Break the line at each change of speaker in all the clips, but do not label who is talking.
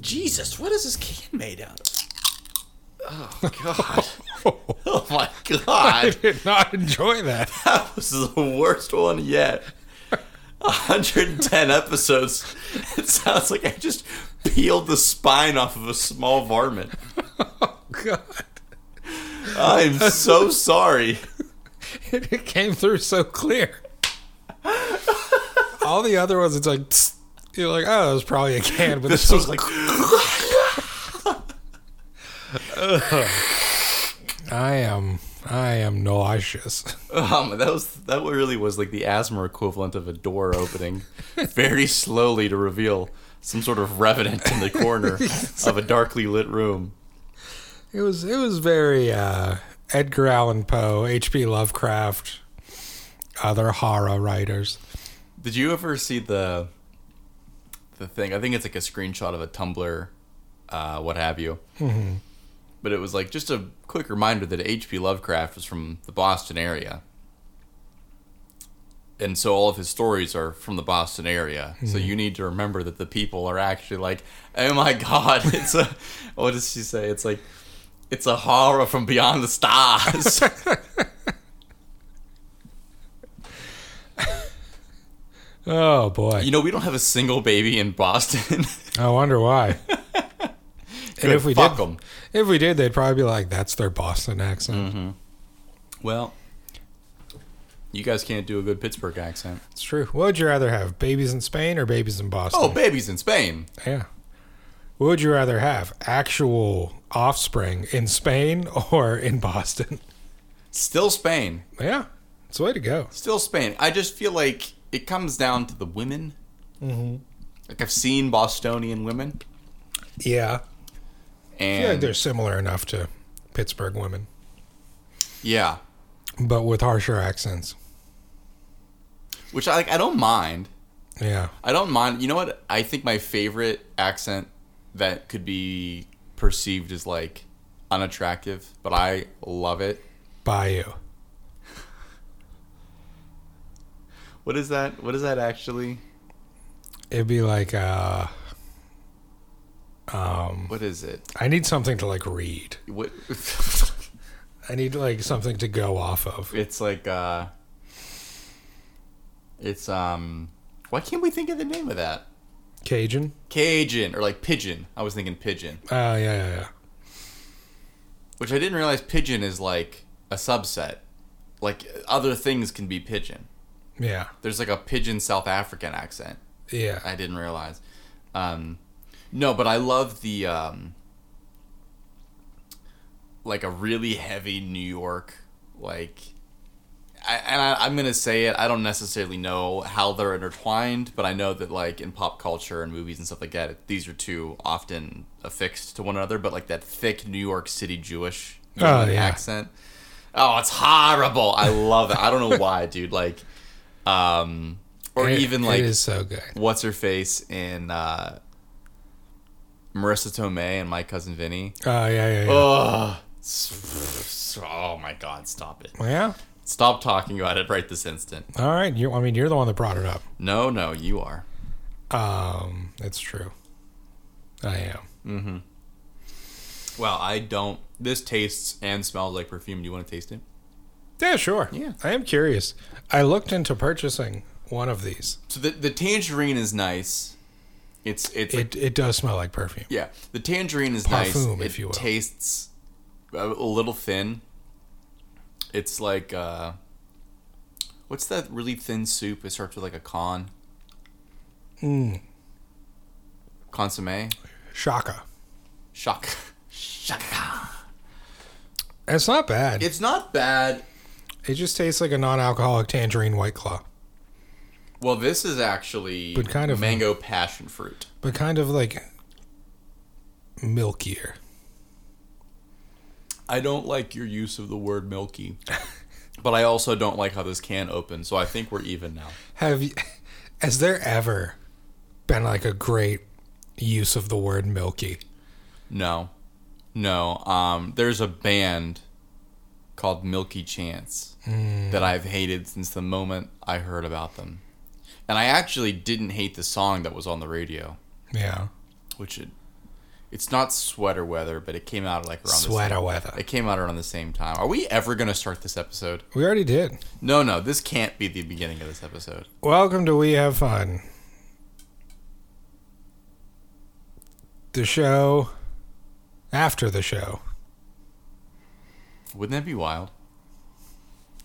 Jesus, what is this can made out of?
God. oh my God.
did not enjoy that. Oh,
That was the worst one yet. 110 episodes. It sounds like I just peeled the spine off of a small varmint.
God.
I'm so sorry.
It came through so clear. All the other ones, it's like, tss, you're like, oh, it was probably a can, but
This was like,
I am, I am nauseous.
um, that was that really was like the asthma equivalent of a door opening, very slowly to reveal some sort of revenant in the corner of a darkly lit room.
It was, it was very uh, Edgar Allan Poe, H.P. Lovecraft, other horror writers.
Did you ever see the the thing? I think it's like a screenshot of a Tumblr, uh, what have you.
Mm-hmm.
But it was like just a quick reminder that H.P. Lovecraft was from the Boston area, and so all of his stories are from the Boston area.
Mm-hmm.
So you need to remember that the people are actually like, oh my god, it's a what does she say? It's like it's a horror from beyond the stars.
Oh boy,
you know, we don't have a single baby in Boston.
I wonder why. and if we
fuck
did,
'em.
if we did, they'd probably be like, that's their Boston accent.
Mm-hmm. Well, you guys can't do a good Pittsburgh accent.
It's true. What would you rather have, babies in Spain or babies in Boston?
Oh, babies in Spain.
Yeah. What would you rather have? Actual offspring in Spain or in Boston?
Still Spain.
Yeah. It's the way to go.
Still Spain. I just feel like it comes down to the women. Mm-hmm. Like I've seen Bostonian women,
Yeah.
and
Yeah, they're similar enough to Pittsburgh women,
yeah,
but with harsher accents.
which I like. I don't mind.
Yeah.
I don't mind. You know what? I think my favorite accent that could be perceived as like unattractive, but I love it.
Bayou.
What is that? What is that actually?
It'd be like, uh,
What is it?
I need something to like read.
What?
I need like something to go off of.
It's like uh it's um why can't we think of the name of that?
Cajun?
Cajun or like pigeon. I was thinking pigeon,
Oh, yeah, yeah, yeah.
which I didn't realize pigeon is like a subset. Like other things can be pigeon.
Yeah.
There's like a pigeon South African accent.
Yeah.
I didn't realize. Um, no, but I love the um, like a really heavy New York like. I, and I, I'm gonna say it. I don't necessarily know how they're intertwined, but I know that like in pop culture and movies and stuff like that, these are two often affixed to one another. But like that thick New York City Jewish
Oh, yeah.
accent. Oh, it's horrible. I love it. I don't know why, dude. Like, um, or
It-
even like
It is so good.
what's her face in uh, Marissa Tomei and My Cousin Vinny.
Oh, yeah, yeah, yeah.
Ugh. Oh my God! Stop it!
yeah.
Stop talking about it right this instant.
All right. You, I mean, you're the one that brought it up.
No, no, you are.
Um, it's true. I am.
Well, I don't. This tastes and smells like perfume. Do you want to taste it?
Yeah, sure.
Yeah.
I am curious. I looked into purchasing one of these.
So the the tangerine is nice. It's it's like-
It it does smell like perfume.
yeah. The tangerine is
Parfum,
nice.
if
it
you will.
tastes a, a little thin. It's like uh, what's that really thin soup? It starts with like a con.
Mm.
Consomme.
Shaka.
Shock. Shaka.
It's not bad. It,
It's not bad.
just tastes like a non-alcoholic tangerine white claw,
Well, this is actually
But kind of- uh,
mango passion fruit.
but kind of like milkier.
I don't like your use of the word milky, but I also don't like how this can opens. So I think we're even now.
Have you, has there ever been like a great use of the word milky?
No, no. Um, there's a band called Milky Chance that I've hated since the moment I heard about them, and I actually didn't hate the song that was on the radio.
Yeah.
which it it's not sweater weather, but it came out like around the
Sweater
same,
weather.
It came out around the same time. Are we ever gonna start this episode?
We already did.
No, no, this can't be the beginning of this episode.
Welcome to We Have Fun. The show after the show.
Wouldn't that be wild?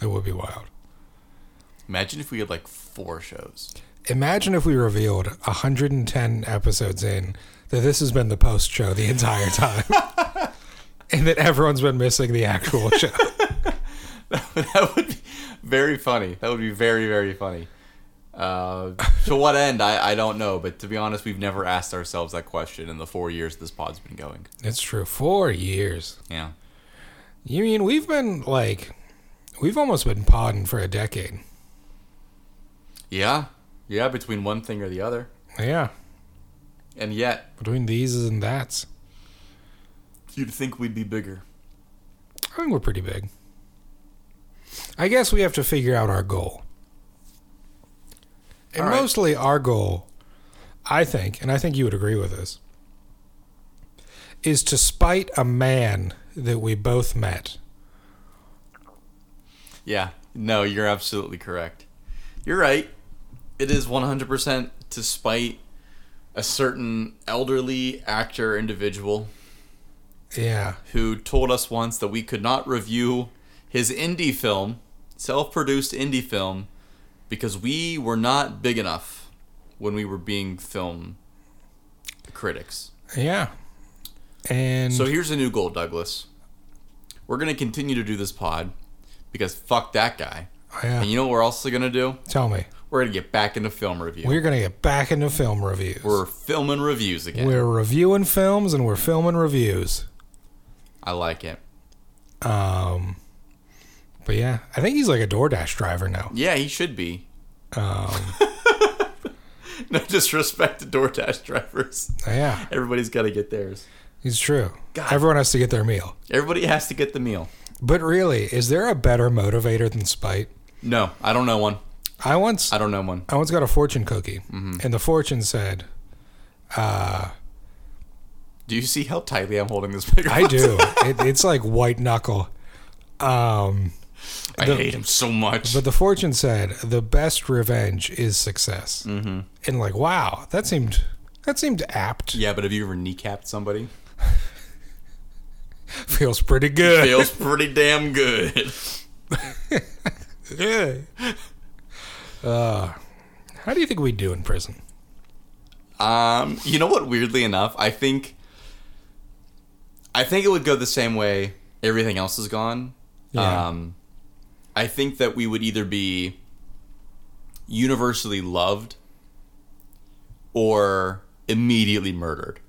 It would be wild.
Imagine if we had like four shows.
Imagine if we revealed 110 episodes in that this has been the post show the entire time and that everyone's been missing the actual show.
that would be very funny. That would be very very funny. Uh, to what end? I, I don't know. But to be honest, we've never asked ourselves that question in the four years this pod's been going.
it's true. Four years.
Yeah.
You mean we've been like, we've almost been podding for a decade.
Yeah. Yeah. Between one thing or the other,
Yeah.
and yet
Between these and that's.
You'd think we'd be bigger.
I think we're pretty big. I guess we have to figure out our goal. And
All right.
mostly our goal, I think, and I think you would agree with this, is to spite a man that we both met.
Yeah. No, you're absolutely correct. You're right. It is 100% to spite a certain elderly actor individual
Yeah.
who told us once that we could not review his indie film, self produced indie film, because we were not big enough when we were being film critics.
Yeah. And uh,
So here's a new goal, Douglas. We're going to continue to do this pod because fuck that guy.
yeah,
And you know what we're also gonna do?
tell me,
We're gonna get back into film review. We're,
we're going to get back into film reviews.
filming reviews again.
we're reviewing films and we're filming reviews.
I like it.
Um, but yeah, I think he's like a DoorDash driver now.
Yeah, he should be. Um. no disrespect to DoorDash drivers.
Yeah.
Everybody's got to get theirs.
It's true.
God.
Everyone has to get their meal.
Everybody has to get the meal.
But really, is there a better motivator than spite?
No, I don't know one.
I once
I Mm-hmm. don't know one.
I once got a fortune cookie, and the fortune said,
Do you see how tightly I'm holding this microphone?
"I do." it, it's like white knuckle. Um,
I hate him so much.
but the fortune said, "The best revenge is success." Mm-hmm. And like, wow, that seemed that seemed apt.
yeah, but have you ever kneecapped somebody?
Feels pretty good.
Feels pretty damn good.
Yeah. Uh, how do you think we do in prison?
Um, you know what? Weirdly enough, I think, I think it would go the same way. Everything else is gone.
Yeah.
Um, I think that we would either be universally loved or immediately murdered.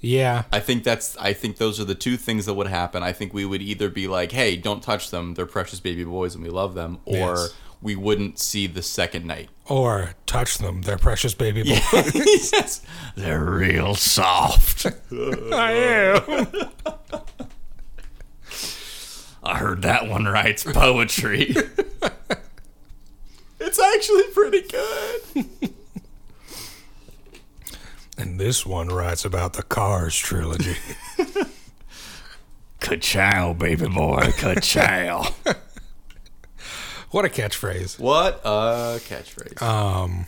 Yeah,
I think that's. I think those are the two things that would happen. I think we would either be like, "Hey, don't touch them. They're precious baby boys, and we love them," or
Yes.
we wouldn't see the second night.
or touch them, they're precious baby. boy.
yes, they're real soft.
I am.
I heard that one writes poetry. it's actually pretty good.
And this one writes about the Cars trilogy.
Ka-chow, baby boy, ka-chow.
what a catchphrase.
What a catchphrase.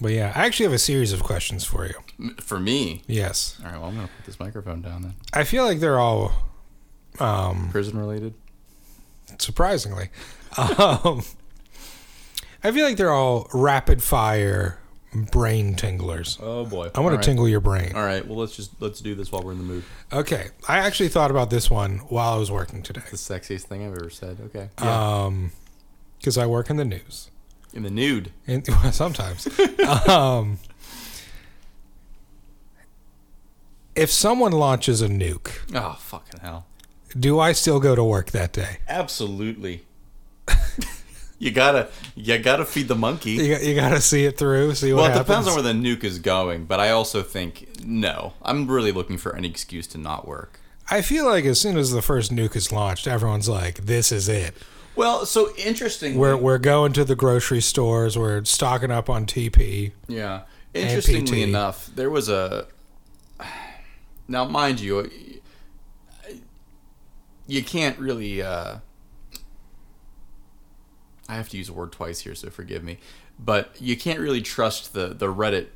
But yeah, I actually have a series of questions for you.
M- For me.
Yes.
All right, well, I'm going to put this microphone down then.
I feel like they're all
Prison related?
surprisingly. Um, I feel like they're all rapid fire brain tinglers.
Oh, boy.
I want to tingle your brain.
All right, well, let's just let's do this while we're in the mood.
Okay. I actually thought about this one while I was working today
The sexiest thing I've ever said. Okay.
because I work in the news.
in the nude.
And well, sometimes. um, if someone launches a nuke,
Oh, fucking hell.
do I still go to work that day?
Absolutely. you got to you got to feed the monkey.
You got, you got to see it through, see what
Well, it
happens.
depends on where the nuke is going, but I also think no. I'm really looking for any excuse to not work.
I feel like as soon as the first nuke is launched, everyone's like, "This is it.
Well, so interesting.
We're we're going to the grocery stores. We're stocking up on TP."
yeah, Interestingly
amputee.
enough, there was a. Now, mind you, you can't really. Uh, I have to use a word twice here, so forgive me. But you can't really trust the the Reddit.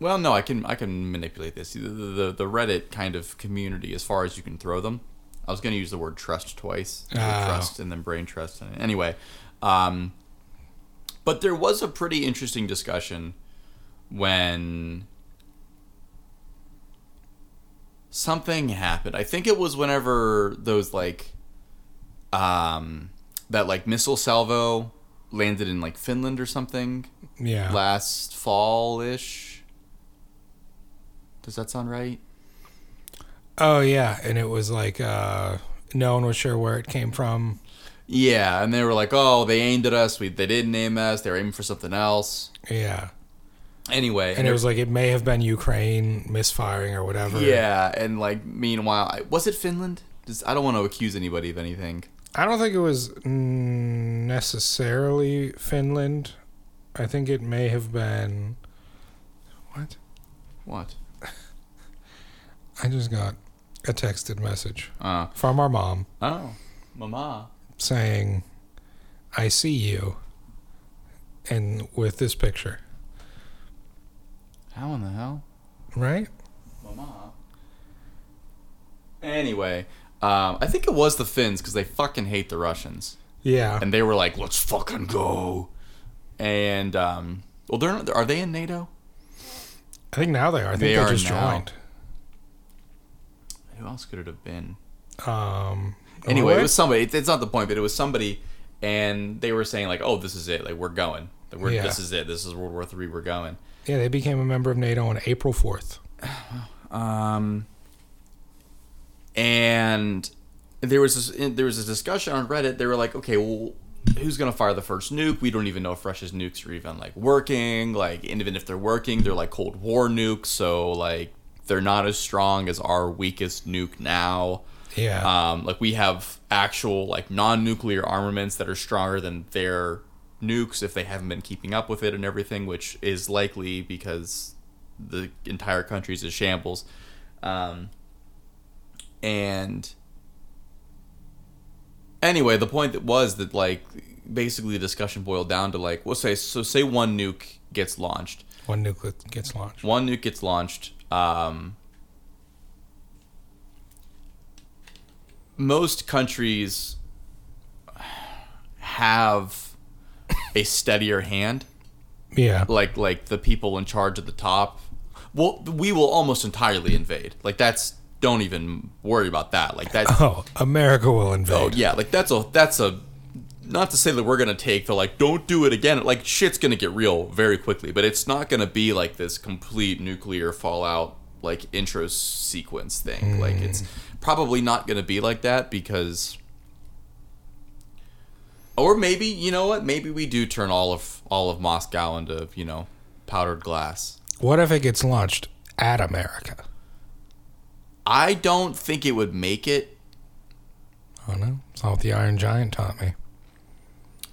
Well, no, I can I can manipulate this. The the, the Reddit kind of community as far as you can throw them. I was going to use the word trust twice. The word
Oh.
Trust and then brain trust. Anyway, um, but there was a pretty interesting discussion when something happened. I think it was whenever those like um that like missile salvo landed in like Finland or something
Yeah.
last fall ish. Does that sound right?
Oh yeah, and it was like uh, no one was sure where it came from.
Yeah, and they were like, "Oh, they aimed at us. We they didn't aim at us. They were aiming for something else."
Yeah,
Anyway,
and it was like it may have been Ukraine misfiring or whatever.
yeah, and like meanwhile, I- was it Finland? Just, I don't want to accuse anybody of anything.
I don't think it was mm, necessarily Finland. I think it may have been. What?
What?
I just got a texted message
Uh,
from our mom
oh, mama.
saying, "I see you," and with this picture,
How in the hell?
right?
Mama. Anyway, um, I think it was the Finns because they fucking hate the Russians,
Yeah.
and they were like, "Let's fucking go." And um, well, they're not, are they in NATO?
I think now they are. I think
They
they,
are
just
now.
joined.
Who else could it have been?
Um,
Anyway, it
Norway?
was somebody. It's- It's not the point, but it was somebody, and they were saying like, "Oh, this is it. Like we're going. Like, we're,
Yeah.
This is it. This is World War Three. We're going."
yeah, they became a member of NATO on April fourth.
Um, and there was this, there was this discussion on Reddit. They were like, okay, well, who's gonna fire the first nuke? We don't even know if Russia's nukes are even like working. Like, and even if they're working, they're like Cold War nukes, so like they're not as strong as our weakest nuke now.
Yeah,
Um, like we have actual like non-nuclear armaments that are stronger than their nukes if they haven't been keeping up with it and everything, which is likely because the entire country is a shambles. Um, and anyway, the point that was that like basically the discussion boiled down to like, well, say so say one nuke gets launched,
one nuclear gets launched.
one nuke gets launched. Um, most countries have a steadier hand,
Yeah,
like like the people in charge at the top. Well, we will almost entirely invade. Like that's don't even worry about that. Like that's
oh, America will
Oh
invade.
yeah, like that's a that's a not to say that we're gonna take the like don't do it again. Like shit's gonna get real very quickly, but it's not gonna be like this complete nuclear fallout like intro sequence thing. Like
Mm.
it's probably not gonna be like that because or maybe you know what? Maybe we do turn all of all of Moscow into you know powdered glass.
What if it gets launched at America?
I don't think it would make it.
Oh no, it's not what the Iron Giant taught me.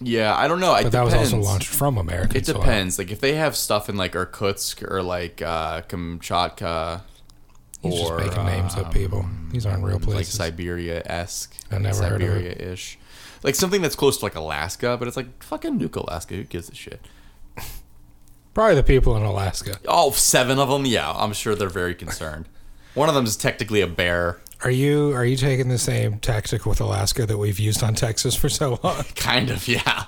Yeah, I don't know.
But that was also launched from America.
It
so I-
depends. Like if they have stuff in like Irkutsk or like uh, Kamchatka,
He's just
or, um,
making names up, people. These aren't real
like
places.
Siberia esque,
I never heard of it.
Siberia ish, like something that's close to like Alaska, but it's like fucking nuke Alaska. Who gives a shit?
Probably the people in Alaska.
Oh, seven of them. Yeah, I'm sure they're very concerned. One of them is technically a bear,
Are you are you taking the same tactic with Alaska that we've used on Texas for so long?
kind of. Yeah.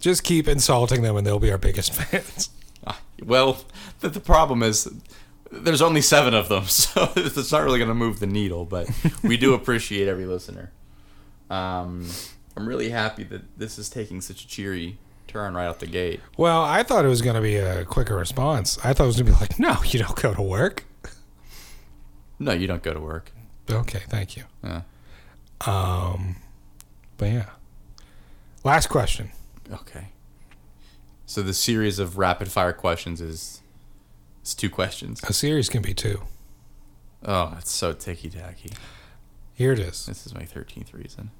Just keep insulting them, and they'll be our biggest fans.
Ah, Well, the, the problem is there's only seven of them, so it's not really going to move the needle. But we do appreciate every listener. Um, I'm really happy that this is taking such a cheery turn right out the gate.
Well, I thought it was going to be a quicker response. I thought it was going to be like, no, you don't go to work.
No, you don't go to work.
Okay, thank you. Um,
Yeah.
But yeah. Last question.
Okay. So the series of rapid fire questions is it's two questions.
A series can be two.
Oh, it's so ticky tacky.
Here it is.
This is my thirteenth reason.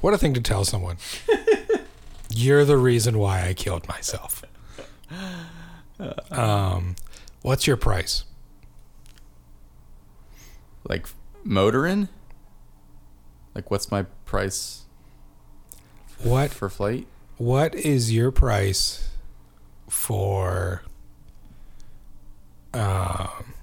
What a thing to tell someone. You're the reason why I killed myself. Um, what's your price?
Like motoring? Like what's my price
What
for flight?
What is your price for, um,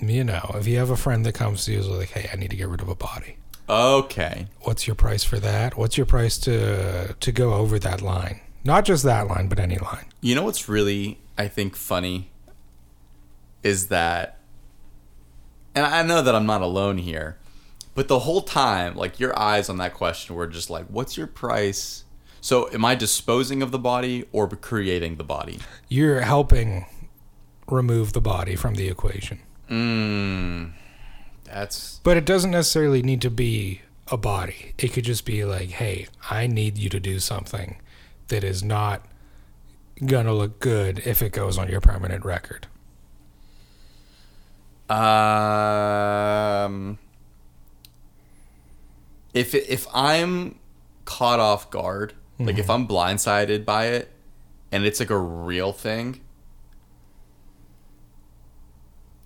you know, if you have a friend that comes to you and is like, hey, I need to get rid of a body.
Okay.
What's your price for that? What's your price to to go over that line? Not just that line, but any line.
You know what's really, I think, funny is that, and I know that I'm not alone here, but the whole time, like your eyes on that question were just like, what's your price? So am I disposing of the body or creating the body?
You're helping remove the body from the equation,
That's
but it doesn't necessarily need to be a body. It could just be like, hey, I need you to do something that is not gonna look good if it goes on your permanent record.
um if if I'm caught off guard, like if I'm blindsided by it and it's like a real thing,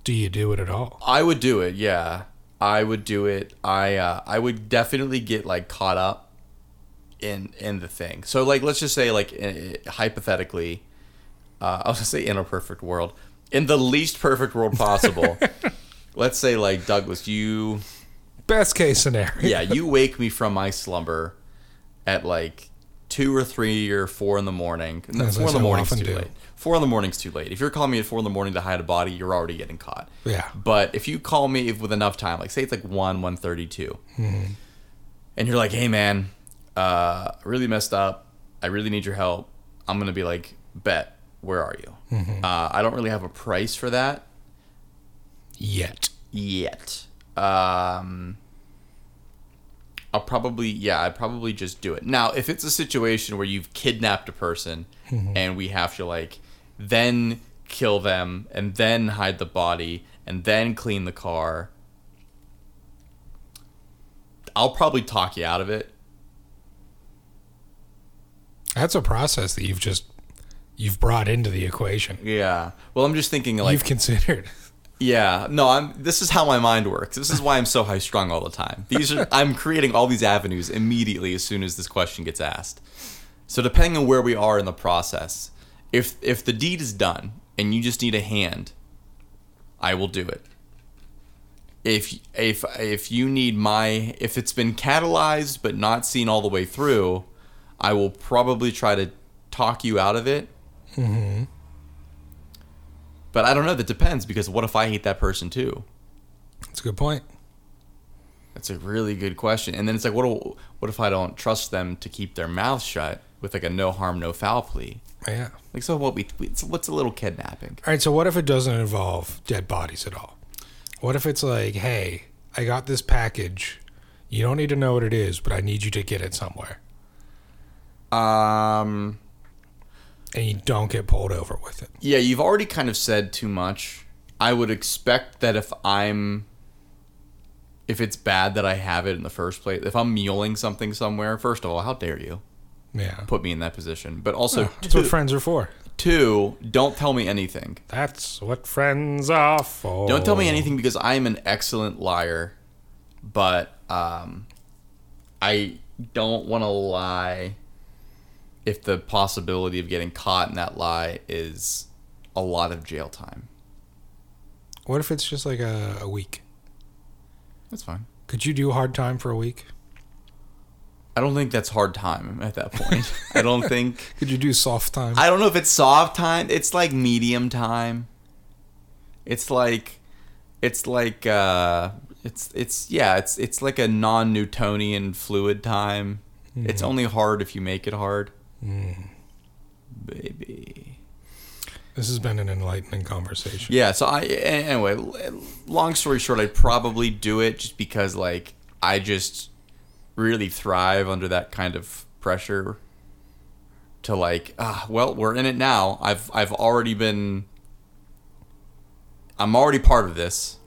do you do it at all?
I would do it. Yeah, I would do it. I uh, I would definitely get like caught up in in the thing. So like, let's just say like eh, hypothetically, uh, I was gonna say in a perfect world, in the least perfect world possible. let's say like Douglas, you
Best case scenario.
yeah, you wake me from my slumber at like two or three or four in the morning. No,
As I
four in the
so
morning's
often
too
do.
late. Four in the morning's too late. If you're calling me at four in the morning to hide a body, you're already getting caught.
Yeah.
But if you call me if with enough time, like say it's like one one thirty two,
Mm-hmm.
and you're like, hey man, uh, I really messed up. I really need your help. I'm gonna be like, bet. Where are you?
Mm-hmm.
Uh, I don't really have a price for that
Yet.
yet. Um, I'll probably, yeah, I'd probably just do it. Now, if it's a situation where you've kidnapped a person and we have to, like, then kill them and then hide the body and then clean the car, I'll probably talk you out of it.
That's a process that you've just you've brought into the equation.
Yeah. Well, I'm just thinking, like,
you've considered.
Yeah, no, I'm. This is how my mind works. This is why I'm so high strung all the time. These are I'm creating all these avenues immediately as soon as this question gets asked. So depending on where we are in the process, if if the deed is done and you just need a hand, I will do it. If if if you need my if it's been catalyzed but not seen all the way through, I will probably try to talk you out of it but I don't know. That depends because what if I hate that person too?
That's a good point.
That's a really good question. And then it's like, what? Do, what if I don't trust them to keep their mouth shut with like a no harm, no foul plea?
Yeah.
Like, so what? We, we it's, what's a little kidnapping?
All right, so what if it doesn't involve dead bodies at all? What if it's like, hey, I got this package. You don't need to know what it is, but I need you to get it somewhere.
Um,
And you don't get pulled over with it.
yeah, you've already kind of said too much. I would expect that if I'm, if it's bad that I have it in the first place, if I'm muling something somewhere, first of all, how dare you
Yeah.
put me in that position? But also,
That's what
two-
friends are for.
two, don't tell me anything.
That's what friends are for.
Don't tell me anything because I am an excellent liar, but um, I don't want to lie if the possibility of getting caught in that lie is a lot of jail time.
What if it's just like a, a week?
That's fine.
Could you do hard time for a week?
I don't think that's hard time at that point. I don't think.
Could you do soft time?
I don't know if it's soft time. It's like medium time. It's like, it's like, uh, it's it's yeah, it's it's like a non-Newtonian fluid time. It's only hard if you make it hard. Baby.
This has been an enlightening conversation.
Yeah. So I a- anyway. l- Long story short, I'd probably do it just because like I just really thrive under that kind of pressure. To like, ah, well, we're in it now. I've I've already been. I'm already part of this,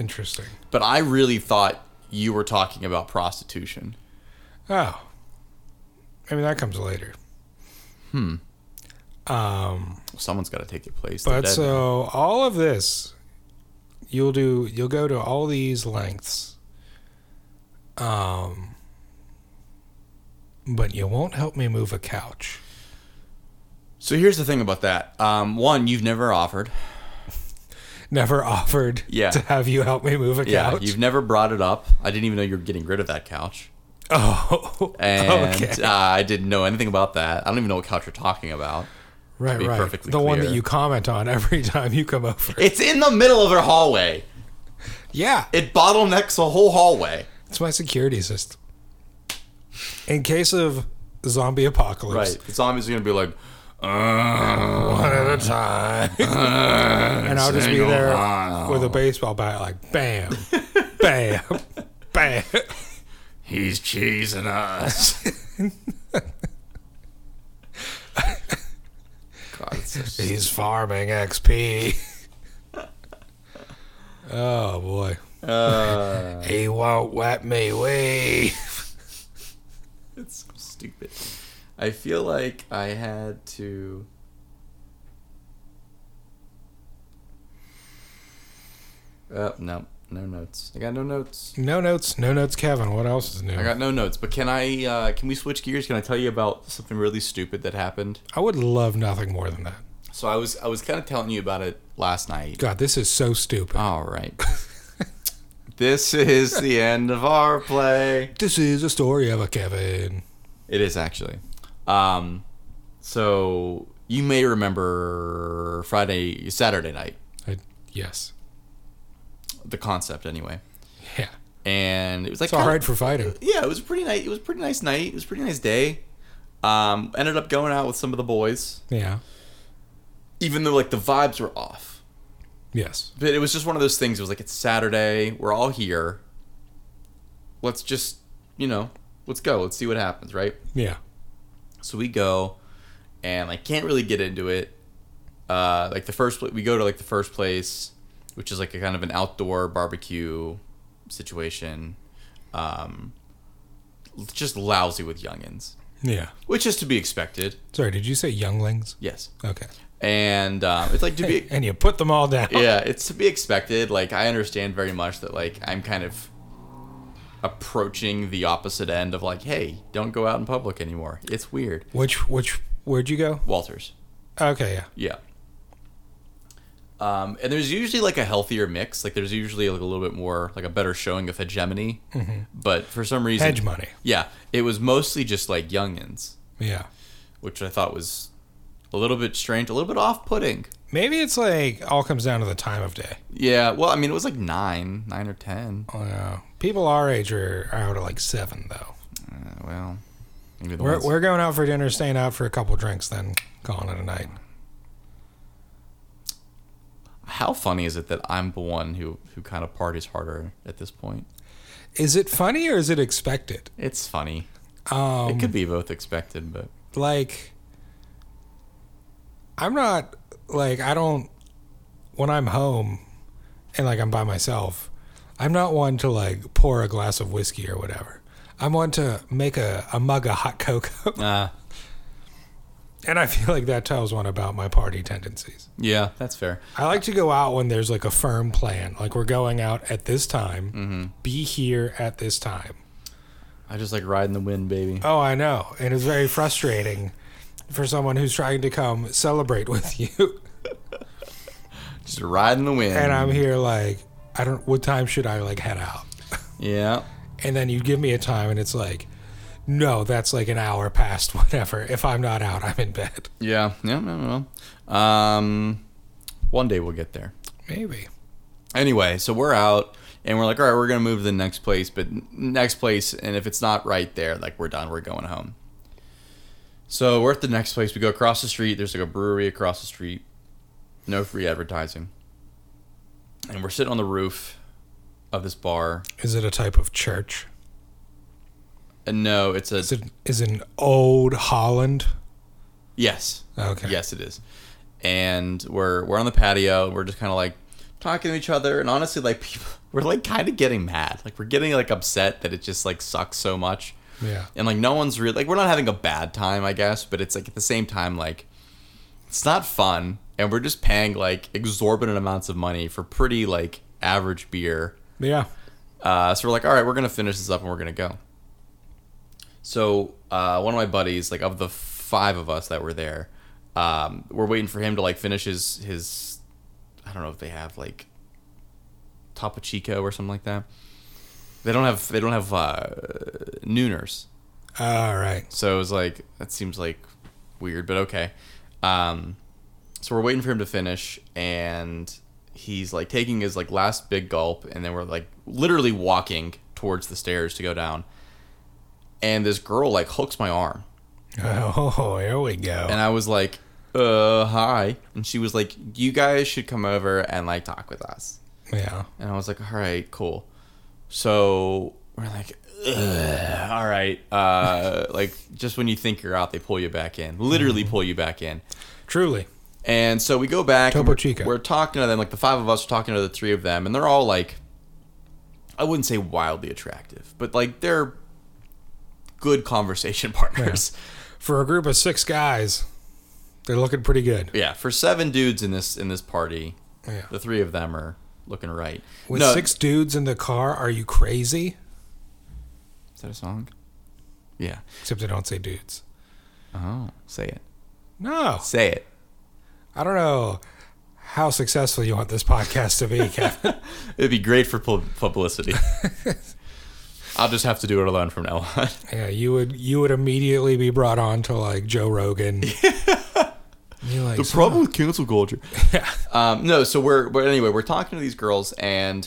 Interesting.
but I really thought you were talking about prostitution.
Oh. I mean, that comes later.
Someone's got to take your place. They're
But
dead.
so all of this, you'll do. You'll go to all these lengths. Um. But you won't help me move a couch.
so here's the thing about that. Um, one, you've never offered.
Never offered
Yeah.
to have you help me move a
Yeah,
couch.
you've never brought it up. I didn't even know you were getting rid of that couch.
Oh,
And
okay.
uh, I didn't know anything about that. I don't even know what couch you're talking about.
right,
be
right.
perfectly
the one that
clear.
you comment on every time you come over.
It's in the middle of her hallway.
Yeah,
It bottlenecks the whole hallway.
it's my security system. In case of zombie apocalypse,
Right. The zombies are gonna be like, "Uh,
one at a time, and I'll just be
single
there
uh,
aisle.
with a baseball bat, like bam, bam, bam.
He's cheesing us.
God, it's just-
He's farming XP. oh boy, Uh, he won't wet me. We
it's so stupid. I feel like I had to. Uh, no, no notes. I got no notes.
no notes, no notes, Kevin. What else is new?
I got no notes. But can I? Uh, can we switch gears? Can I tell you about something really stupid that happened?
I would love nothing more than that.
So I was I was kind of telling you about it last night.
God, this is so stupid.
All right. this is the end of our play.
This is a story of a Kevin.
It is actually. Um, so you may remember Friday, Saturday night,
I, yes.
the concept anyway,
Yeah.
and it was like
It's all right for fighting.
Yeah, it was a pretty nice. It was a pretty nice night. It was a pretty nice day. Um, ended up going out with some of the boys,
Yeah.
even though like the vibes were off.
Yes.
But it was just one of those things. It was like it's Saturday. We're all here. Let's just, you know, let's go. Let's see what happens, right?
Yeah.
So we go, and I can't really get into it. Uh, like the first, pla- we go to like the first place, which is like a kind of an outdoor barbecue situation. Um, l- just lousy with youngins,
Yeah.
which is to be expected.
Sorry, did you say younglings?
Yes,
Okay.
and um, it's like to be
And you put them all down.
yeah, it's to be expected. Like I understand very much that like I'm kind of approaching the opposite end of like, hey, don't go out in public anymore. It's weird.
Which which where'd you go?
Walters.
Okay, yeah.
Yeah. Um, and there's usually like a healthier mix. Like there's usually like a little bit more like a better showing of hegemony. But for some reason,
Hedge money.
yeah, it was mostly just like youngins,
Yeah.
which I thought was a little bit strange, a little bit off-putting.
Maybe it's like all comes down to the time of day.
Yeah. Well, I mean, it was like nine, nine or ten.
Uh, people our age are out at like seven though.
Uh, well, maybe the
We're,
ones-
we're going out for dinner, staying out for a couple drinks, then calling it a night.
How funny is it that I'm the one who who kind of parties harder at this point?
Is it funny or is it expected?
It's funny.
Um,
it could be both expected, but
like I'm not like I don't when I'm home and like I'm by myself, I'm not one to like pour a glass of whiskey or whatever. I'm one to make a, a mug of hot cocoa.
uh,
and I feel like that tells one about my party tendencies.
yeah, that's fair.
I like to go out when there's like a firm plan. Like we're going out at this time, be here at this time.
I just like riding the wind, baby.
Oh, I know. And it's very frustrating for someone who's trying to come celebrate with you.
Just riding the wind.
and I'm here like I don't what time should I like head out?
yeah.
And then you give me a time and it's like no, that's like an hour past whatever. If I'm not out, I'm in bed.
Yeah. Yeah. No, no. Um, one day we'll get there.
Maybe.
Anyway, so we're out and we're like, all right, we're gonna move to the next place, but n- next place, and if it's not right there, like we're done, we're going home. So we're at the next place. We go across the street. There's like a brewery across the street. No free advertising. And we're sitting on the roof of this bar.
Is it a type of church?
And no, it's a
Is it is it an old Holland?
yes.
Okay.
Yes, it is. And we're we're on the patio. We're just kind of like talking to each other, and honestly, like people, we're like kind of getting mad. Like we're getting like upset that it just like sucks so much.
Yeah.
And like no one's really like we're not having a bad time, I guess, but it's like at the same time like It's not fun, and we're just paying like exorbitant amounts of money for pretty like average beer.
Yeah.
Uh, so we're like, all right, we're gonna finish this up and we're gonna go. So uh, one of my buddies, like of the five of us that were there, um, we're waiting for him to like finish his his. I don't know if they have like Topo Chico or something like that. They don't have they don't have uh, nooners.
All right.
So it was like that seems like weird, but okay. Um, so we're waiting for him to finish, and he's like taking his like last big gulp, and then we're like literally walking towards the stairs to go down, and this girl like hooks my arm,
Oh, here we go.
and I was like, "Uh, hi," and she was like, "You guys should come over and like talk with us."
yeah.
And I was like, all right, cool. So we're like, "Ugh, all right. Uh, like, just when you think you're out, they pull you back in.
Mm-hmm.
Literally pull you back in.
Truly.
And so we go back. and
Topo
we're-
Chico.
We're talking to them, like the five of us are talking to the three of them, and they're all like, I wouldn't say wildly attractive, but like they're good conversation partners.
For a group of six guys, they're looking pretty good.
Yeah, for seven dudes in this in this party,
Yeah.
the three of them are looking right.
With
No-
six dudes in the car, are you crazy?
Is that a song? Yeah.
Except they don't say dudes.
Oh, say it.
No.
Say it.
I don't know how successful you want this podcast to be, Kevin.
It'd be great for pub- publicity. I'll just have to do it alone from now on.
yeah, you would you would immediately be brought on to like Joe Rogan. You're like, so-
with cancel culture. Um, no, so we're but anyway, we're talking to these girls and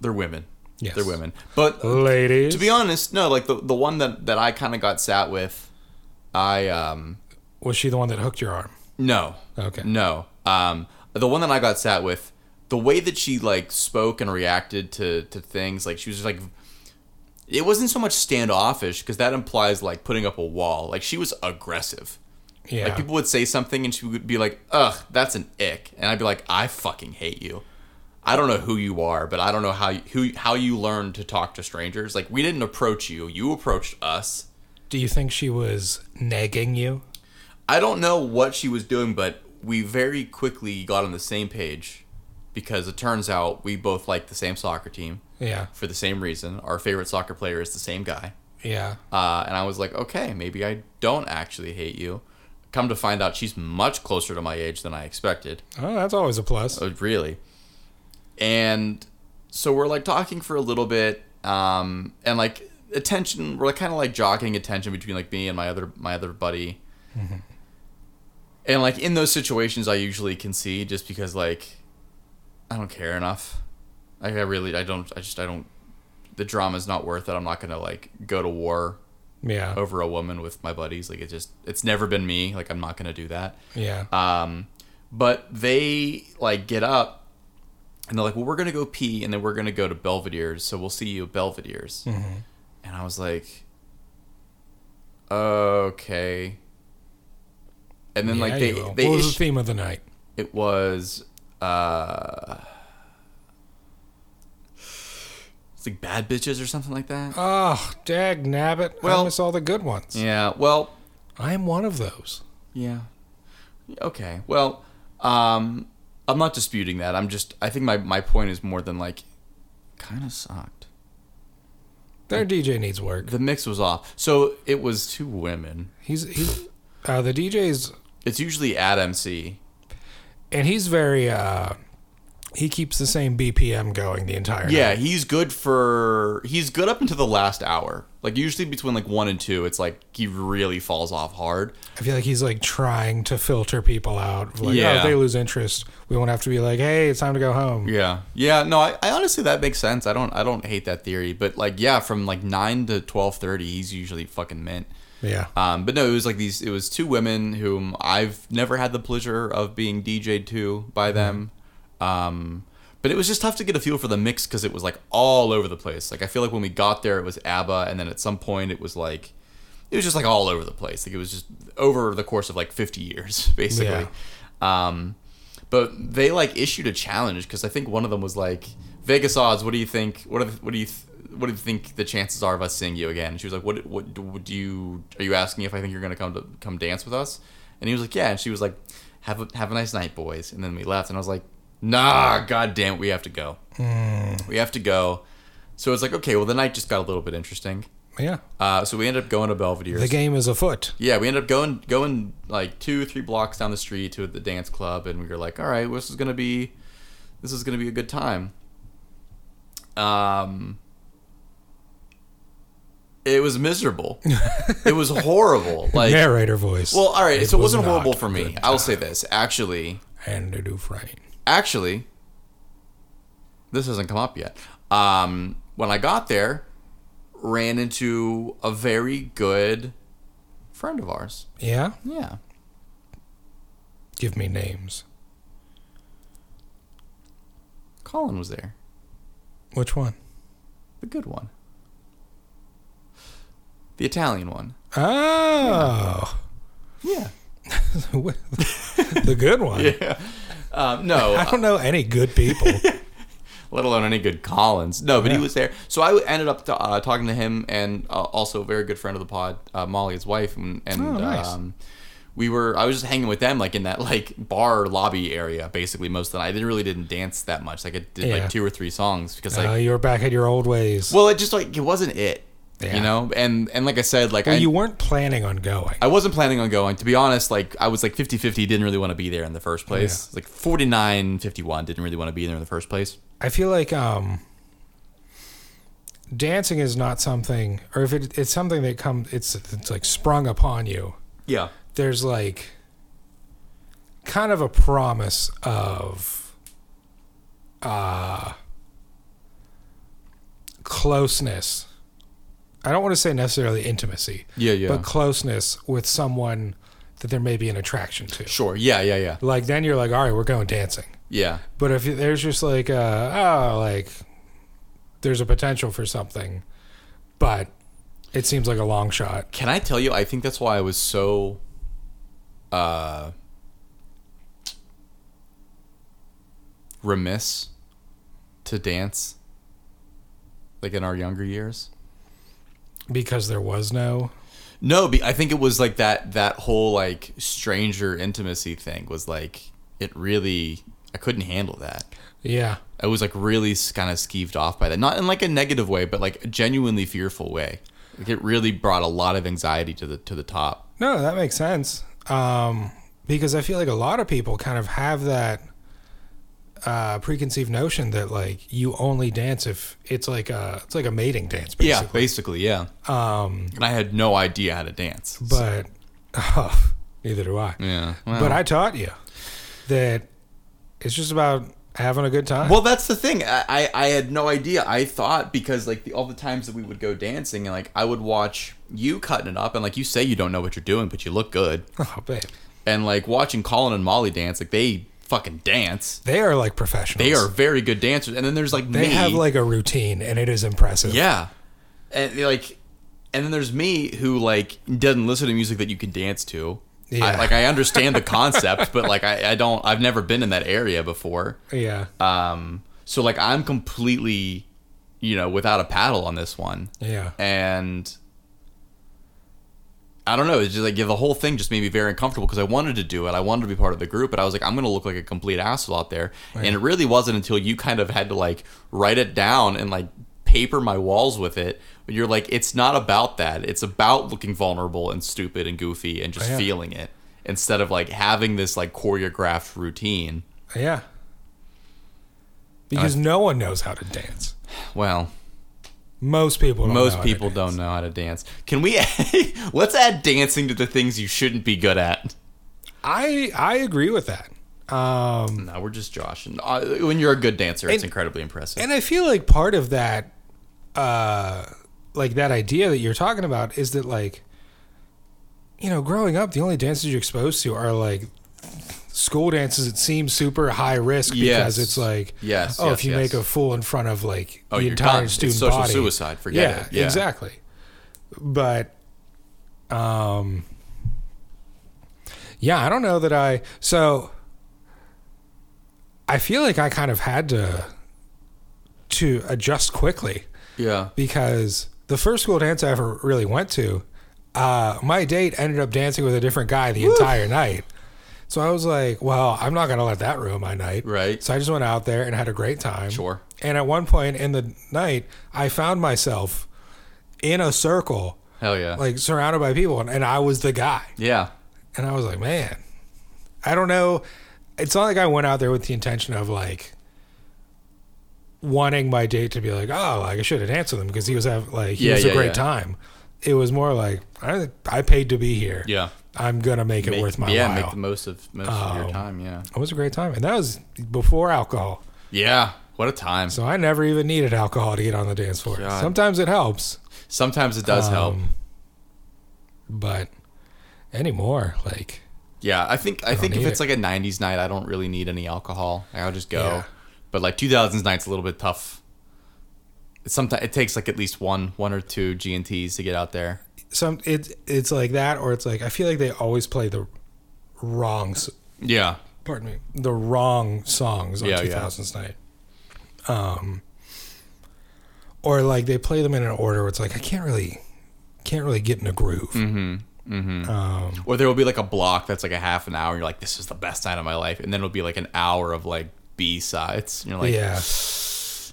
they're women.
Yes.
They're women. But
ladies.
to be honest, no, like the the one that that I kind of got sat with, I um
was she the one that hooked your arm?
no.
Okay.
No. Um the one that I got sat with, the way that she like spoke and reacted to to things, like she was just like it wasn't so much standoffish because that implies like putting up a wall. Like she was aggressive.
Yeah.
Like people would say something and she would be like, "Ugh, that's an ick," and I'd be like, "I fucking hate you. I don't know who you are, but I don't know how you, who how you learned to talk to strangers. Like we didn't approach you; you approached us.
Do you think she was nagging you?
I don't know what she was doing, but we very quickly got on the same page because it turns out we both like the same soccer team
Yeah.
for the same reason. Our favorite soccer player is the same guy.
Yeah.
Uh, and I was like, okay, maybe I don't actually hate you. Come to find out, she's much closer to my age than I expected.
Oh, that's always a plus.
Uh, Really. And so we're like talking for a little bit, um, and like attention. We're like kind of like jockeying attention between like me and my other my other buddy. And like in those situations, I usually concede just because like I don't care enough. Like I really I don't I just I don't. The drama's not worth it. I'm not gonna like go to war
Yeah.
over a woman with my buddies. Like it just it's never been me. Like I'm not gonna do that.
Yeah.
Um, but they like get up and they're like, "Well, we're gonna go pee, and then we're gonna go to Belvedere's, so we'll see you at Belvedere's."
Mm-hmm.
And I was like, "Okay." And then
Yeah,
like
you
they
will.
they
what was
ish-
the theme of the night?
it was uh, it's like bad bitches or something like that.
Oh, dag nabbit. I
Well-
miss all the good ones.
yeah. Well,
I am one of those.
Yeah. Okay. Well, um, I'm not disputing that. I'm just. I think my my point is more than like, kind of sucked.
Their DJ needs work.
The mix was off. So it was two women.
He's he's uh, the DJ's
It's usually at MC.
and he's very uh he keeps the same BPM going the entire night.
Yeah, he's good for. He's good up until the last hour. Like usually between like one and two, it's like he really falls off hard.
I feel like he's like trying to filter people out. Like, oh,
Yeah.
if they lose interest, we won't have to be like, hey, it's time to go home.
Yeah. Yeah. No, I, I honestly that makes sense. I don't I don't hate that theory, but like yeah, from like nine to twelve thirty, he's usually fucking mint.
Yeah.
Um, but no, it was like these. It was two women whom I've never had the pleasure of being DJ'd to by them. Um, but it was just tough to get a feel for the mix because it was like all over the place. Like I feel like when we got there, it was ABBA, and then at some point it was like, it was just like all over the place. Like it was just over the course of like fifty years, basically. Um, but they like issued a challenge because I think one of them was like, "Vegas odds, what do you think? What are the, what do you th- what do you think the chances are of us seeing you again?" And she was like, "What what do do you are you asking if I think you're gonna come to come dance with us?" And he was like, yeah. And she was like, have a, have a nice night, boys. And then we left. And I was like, nah, god damn it, we have to go. We have to go. So it's like, okay, well, the night just got a little bit interesting.
Yeah.
Uh, so we ended up going to Belvedere.
The game is afoot.
Yeah, we ended up going going like two, three blocks down the street to the dance club, and we were like, "All right, this is gonna be, this is gonna be a good time." Um, it was miserable. it was horrible. Like,
Narrator voice.
well, all right,
It
so it
was
wasn't horrible
not
for me.
good.
I will say this, actually,
And to do fright.
actually, this hasn't come up yet. Um, when I got there, ran into a very good friend of ours.
Yeah.
Yeah.
Give me names.
Colin was there.
Which one?
The good one. The Italian one.
Oh,
Yeah.
the good one.
Um, no,
I
uh,
don't know any good people.
let alone any good Collins. No, but he was there. So I ended up uh, talking to him and uh, also a very good friend of the pod, uh, Molly, his wife, and, and
Oh, nice.
um, we were. I was just hanging with them, like in that like bar lobby area, basically most of the night. I didn't really didn't dance that much. Like I did
Yeah.
like two or three songs because like
Uh, you're back at your old ways.
well, it just like it wasn't it,
Yeah.
you know. And and like I said, like
Well,
I
you weren't planning on going.
I wasn't planning on going. To be honest, like I was like 50-50, didn't really want to be there in the first place. Like 49-51, didn't really want to be there in the first place.
I feel like um, dancing is not something, or if it, it's something that comes, it's it's like sprung upon you.
Yeah.
There's like kind of a promise of uh, closeness. I don't want to say necessarily intimacy,
Yeah, yeah.
but closeness with someone that there may be an attraction to.
sure. Yeah, yeah, yeah.
Like then you're like, all right, we're going dancing.
Yeah.
But if there's just like, uh, oh, like there's a potential for something, but it seems like a long shot.
Can I tell you I think that's why I was so uh remiss to dance like in our younger years.
Because there was no.
No, be, I think it was like that that whole like stranger intimacy thing was like it really I couldn't handle that.
Yeah.
I was like really kind of skeeved off by that, not in like a negative way, but like a genuinely fearful way. Like it really brought a lot of anxiety to the to the top.
No, that makes sense. Um, because I feel like a lot of people kind of have that uh, preconceived notion that like you only dance if it's like a it's like a mating dance. Basically.
Yeah, basically, yeah. Um, and I had no idea how to dance.
But oh, neither do I.
yeah, well,
But I taught you that it's just about having a good time.
Well, that's the thing. I, I, I had no idea. I thought because like the, all the times that we would go dancing and like I would watch you cutting it up and like you say you don't know what you're doing, but you look good.
oh, babe.
and like watching Colin and Molly dance, like they fucking dance.
They are like professionals.
They are very good dancers. And then there's like
They
me.
have like a routine, and it is impressive.
yeah, and like, and then there's me who like doesn't listen to music that you can dance to.
Yeah.
I, like I understand the concept, but like I, I don't. I've never been in that area before.
yeah,
Um, so like I'm completely, you know, without a paddle on this one.
yeah.
and I don't know. It's just like yeah, the whole thing just made me very uncomfortable because I wanted to do it. I wanted to be part of the group, but I was like, I'm gonna look like a complete asshole out there. And it really wasn't until you kind of had to like write it down and like paper my walls with it. But you're like, it's not about that. It's about looking vulnerable and stupid and goofy and just
Oh, Yeah.
feeling it instead of like having this like choreographed routine. uh,
yeah. Because no one knows how to dance.
Well,
Most people. Don't know
most
how
people
to dance.
don't know how to dance. Can we? let's add dancing to the things you shouldn't be good at.
I I agree with that. Um,
No, we're just Josh. And uh, when you're a good dancer, it's
And-
incredibly impressive.
and I feel like part of that, uh, like that idea that you're talking about is that like, you know, growing up, the only dances you're exposed to are like school dances. It seems super high risk
Yes.
because it's like,
Yes,
oh,
yes,
if you
yes.
make a fool in front of like
Oh,
the
you're
entire
done. It's
student
social
body,
suicide. Forget it. Yeah.
exactly. But, um, yeah, I don't know that I so. I feel like I kind of had to to adjust quickly
yeah.
because the first school dance I ever really went to, uh, my date ended up dancing with a different guy the entire night. So I was like, well, I'm not going to let that ruin my night.
Right.
So I just went out there and had a great time.
Sure.
And at one point in the night, I found myself in a circle,
Hell yeah.
like surrounded by people, and, and I was the guy.
yeah.
And I was like, man, I don't know. It's not like I went out there with the intention of like wanting my date to be like, oh, like I should have danced with him because he was having like he
Yeah,
was
yeah,
a great
yeah.
time. It was more like I I paid to be here.
Yeah.
I'm gonna make it
Make-
worth my
yeah,
while. Oh.
make the most of most of your time. Yeah.
it was a great time, and that was before alcohol,
Yeah. What a time.
so I never even needed alcohol to get on the dance floor.
God.
Sometimes it helps,
Sometimes it does help.
um, but anymore, like
Yeah, I think I, think if
need
it's like a '90s night, I don't really need any alcohol. Like, I'll just go.
Yeah.
But like 2000s night's a little bit tough. Sometimes it takes like at least one one or two G and Ts to get out there.
some it it's like that, or it's like I feel like they always play the wrong s-
Yeah.
pardon me, the wrong songs on
Yeah,
two
yeah.
thousands night. Um, or like they play them in an order where it's like I can't really, can't really get in a groove.
Mm-hmm. Or there will be like a block that's like a half an hour. And you're like, this is the best night of my life, and then it'll be like an hour of like B sides. And You're like,
yeah,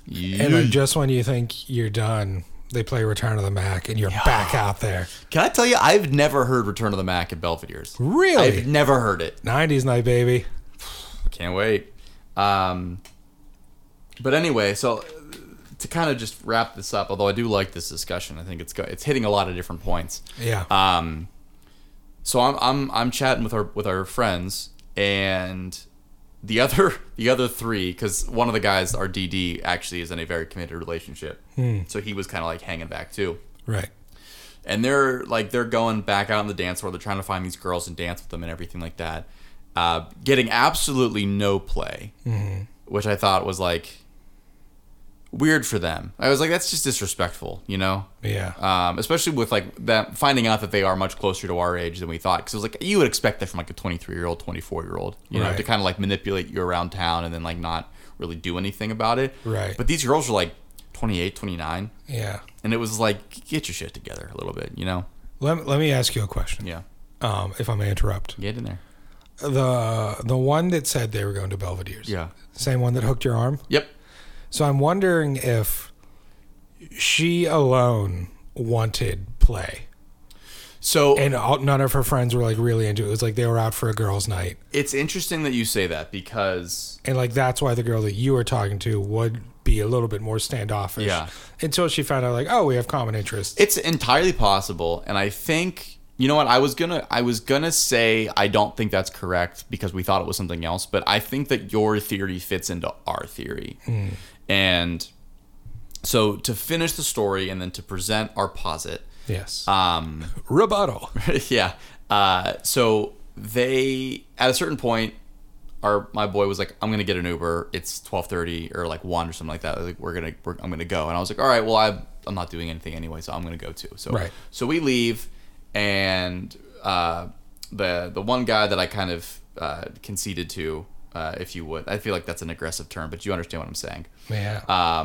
yeah.
and then just when you think you're done, they play Return of the Mac, and you're back out there.
Can I tell you, I've never heard Return of the Mac at Belvedere's.
Really?
I've never heard it.
Nineties night, baby.
Can't wait. Um, but anyway, so uh, to kind of just wrap this up, although I do like this discussion, I think it's go- it's hitting a lot of different points.
Yeah,
Um, so I'm I'm I'm chatting with our with our friends and the other the other three because one of the guys our DD actually is in a very committed relationship, so he was kind of like hanging back too
right.
and they're like they're going back out on the dance floor. They're trying to find these girls and dance with them and everything like that. Uh, getting absolutely no play, which I thought was like weird for them. I was like, that's just disrespectful, you know.
Yeah,
Um, especially with like that finding out that they are much closer to our age than we thought, because it was like you would expect that from like a 23 year old, 24 year old, you know,
Right.
to kind of like manipulate you around town and then like not really do anything about it.
Right.
But these girls were like 28, 29
yeah.
and it was like get your shit together a little bit you know
Let, let me ask you a question.
yeah
Um, if I may interrupt,
get in there
the the one that said they were going to Belvedere's, same one that hooked your arm.
yep
So I'm wondering if she alone wanted play,
so
and all, none of her friends were like really into it. It was like they were out for a girls' night,
it's interesting that you say that because
and like that's why the girl that you were talking to would be a little bit more standoffish.
Yeah.
Until she found out, like, oh, we have common interests.
it's entirely possible and i think you know what i was gonna i was gonna say i don't think that's correct because we thought it was something else but i think that your theory fits into our theory and so to finish the story and then to present our posit
yes.
um
Rebuttal.
yeah. Uh, so they at a certain point, our my boy was like, "I'm gonna get an Uber. It's 12:30 or like one or something like that. Like, we're gonna we're, I'm gonna go." And I was like, "All right, well I I'm not doing anything anyway, so I'm gonna go too." So
Right.
so we leave, and uh, the the one guy that I kind of uh, conceded to, uh, if you would, I feel like that's an aggressive term, but you understand what I'm saying.
Yeah.
uh,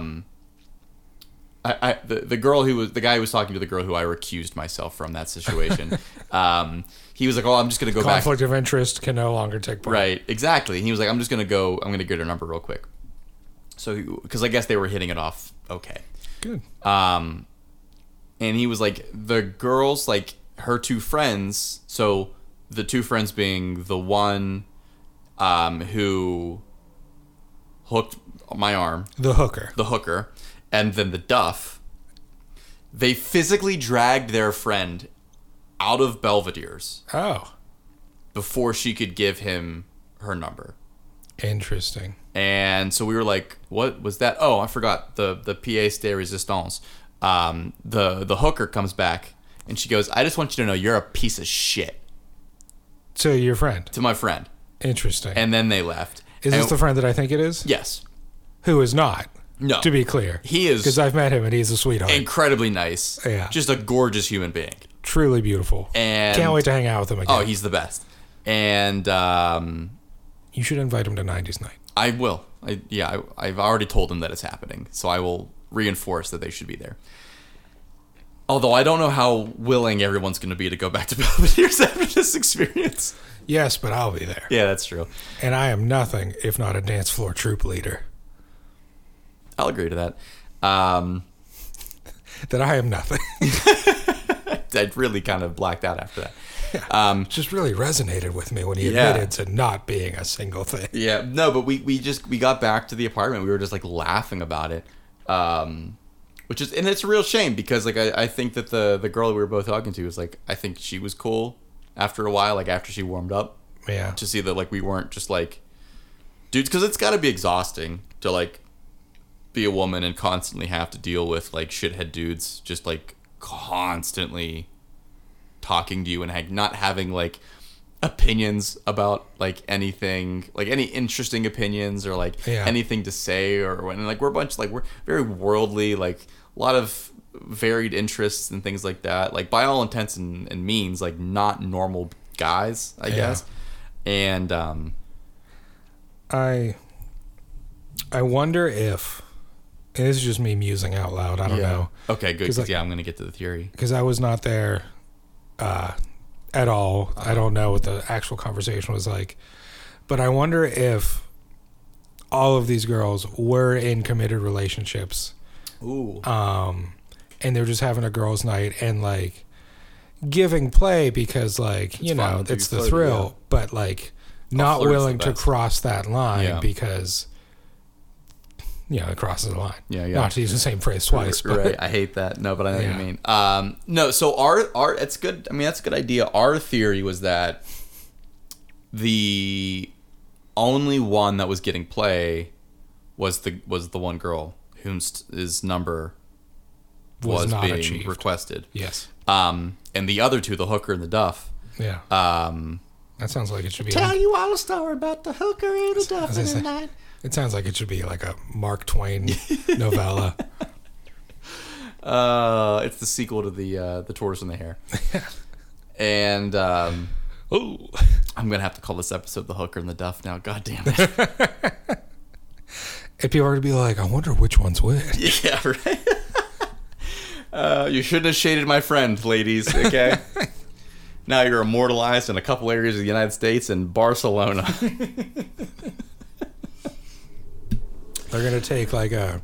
I, I the, the girl who was the guy who was talking to the girl who I recused myself from that situation. um, he was like, "Oh, I'm just gonna go back."
Conflict of interest can no longer take part.
Right, exactly. He was like, "I'm just gonna go. I'm gonna get her number real quick." So, because I guess they were hitting it off okay,
Good.
and he was like, "The girls, like her two friends. So the two friends being the one um, who hooked my arm,
the hooker.
the hooker, and then the duff, they physically dragged their friend out of Belvedere's
Oh,
before she could give him her number.
interesting.
And so we were like, "What was that?" Oh, I forgot the the pièce de résistance. Um, the the hooker comes back and she goes, "I just want you to know you're a piece of shit."
So your friend.
To my friend,
Interesting.
and then they left.
is
And-
this the friend that I think it is?
yes?
Who is not?
No.
To be clear,
He is-
because I've met him and he's a sweetheart.
Incredibly nice.
Yeah.
Just a gorgeous human being.
truly beautiful.
And-
can't wait to hang out with him again.
Oh, he's the best. And um,
you should invite him to '90s night.
I will. I, yeah, I, I've already told them that it's happening, so I will reinforce that they should be there. Although I don't know how willing everyone's going to be to go back to Belvedere's after this experience.
Yes, but I'll be there.
Yeah, that's true.
And I am nothing if not a dance floor troop leader.
I'll agree to that. Um,
That I am nothing.
I really kind of blacked out after that.
Just really resonated with me when he
Hmm. Yeah.
admitted to not being a single thing.
Yeah, no, but we we just we got back to the apartment. We were just like laughing about it, um, which is and it's a real shame because like I, I think that the the girl we were both talking to was like I think she was cool after a while, like after she warmed up
Yeah.
to see that like we weren't just like dudes because it's got to be exhausting to like be a woman and constantly have to deal with like shithead dudes just like constantly talking to you and like not having like opinions about like anything like any interesting opinions or like
Yeah.
anything to say or and like we're a bunch like we're very worldly like a lot of varied interests and things like that like by all intents and, and means like not normal guys i guess and um
I I wonder if and this is just me musing out loud. I don't know
okay good
'Cause,
'cause,
like-
yeah i'm gonna get to the theory
because I was not there uh, at all. I don't know what the actual conversation was like, but I wonder if all of these girls were in committed relationships
ooh
Oh, and they're just having a girls' night and like giving play because like you
fun
know
to be
it's the
flirty,
thrill,
yeah.
but like not
flirt's the
willing to
best.
cross that line
Yeah.
because you know it crosses the line.
Yeah, yeah.
Not to use the same phrase twice, but
right. I hate that. No, but I know what
Yeah.
you mean. Um, no, so our our it's good. I mean, that's a good idea. Our theory was that the only one that was getting play was the was the one girl whom's his number
was,
was,
not
being
achieved.
requested.
yes.
Um, and the other two, the hooker and the duff.
Yeah.
Um,
that sounds like it should be.
you all a story about the hooker and the
was gonna
dolphin
say- It sounds like it should be like a Mark Twain novella.
uh, it's the sequel to the uh, the tortoise and the hare. and um,
Ooh.
I'm gonna have to call this episode "The Hooker and the Duff" now. God damn it.
And people are gonna be like, I wonder which one's which.
Yeah, right. uh, you shouldn't have shaded my friend, ladies. Okay. now you're immortalized in a couple areas of the United States and Barcelona.
They're gonna take like a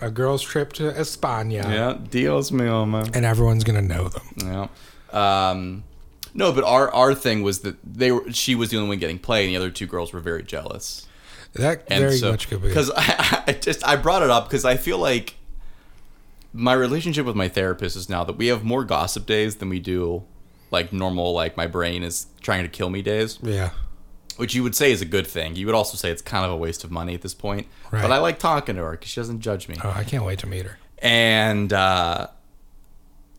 a girls' trip to España,
yeah, Mm. Dios mío, man.
and everyone's gonna know them.
Yeah. Um, no, but our our thing was that they were. She was the only one getting play, and the other two girls were very jealous.
That
And
very much could be.
Because I, I just I brought it up because I feel like my relationship with my therapist is now that we have more gossip days than we do like normal like my brain is trying to kill me days
Yeah.
which you would say is a good thing you would also say it's kind of a waste of money at this point
Right.
but i like talking to her because she doesn't judge me
Oh, I can't wait to meet her.
and uh,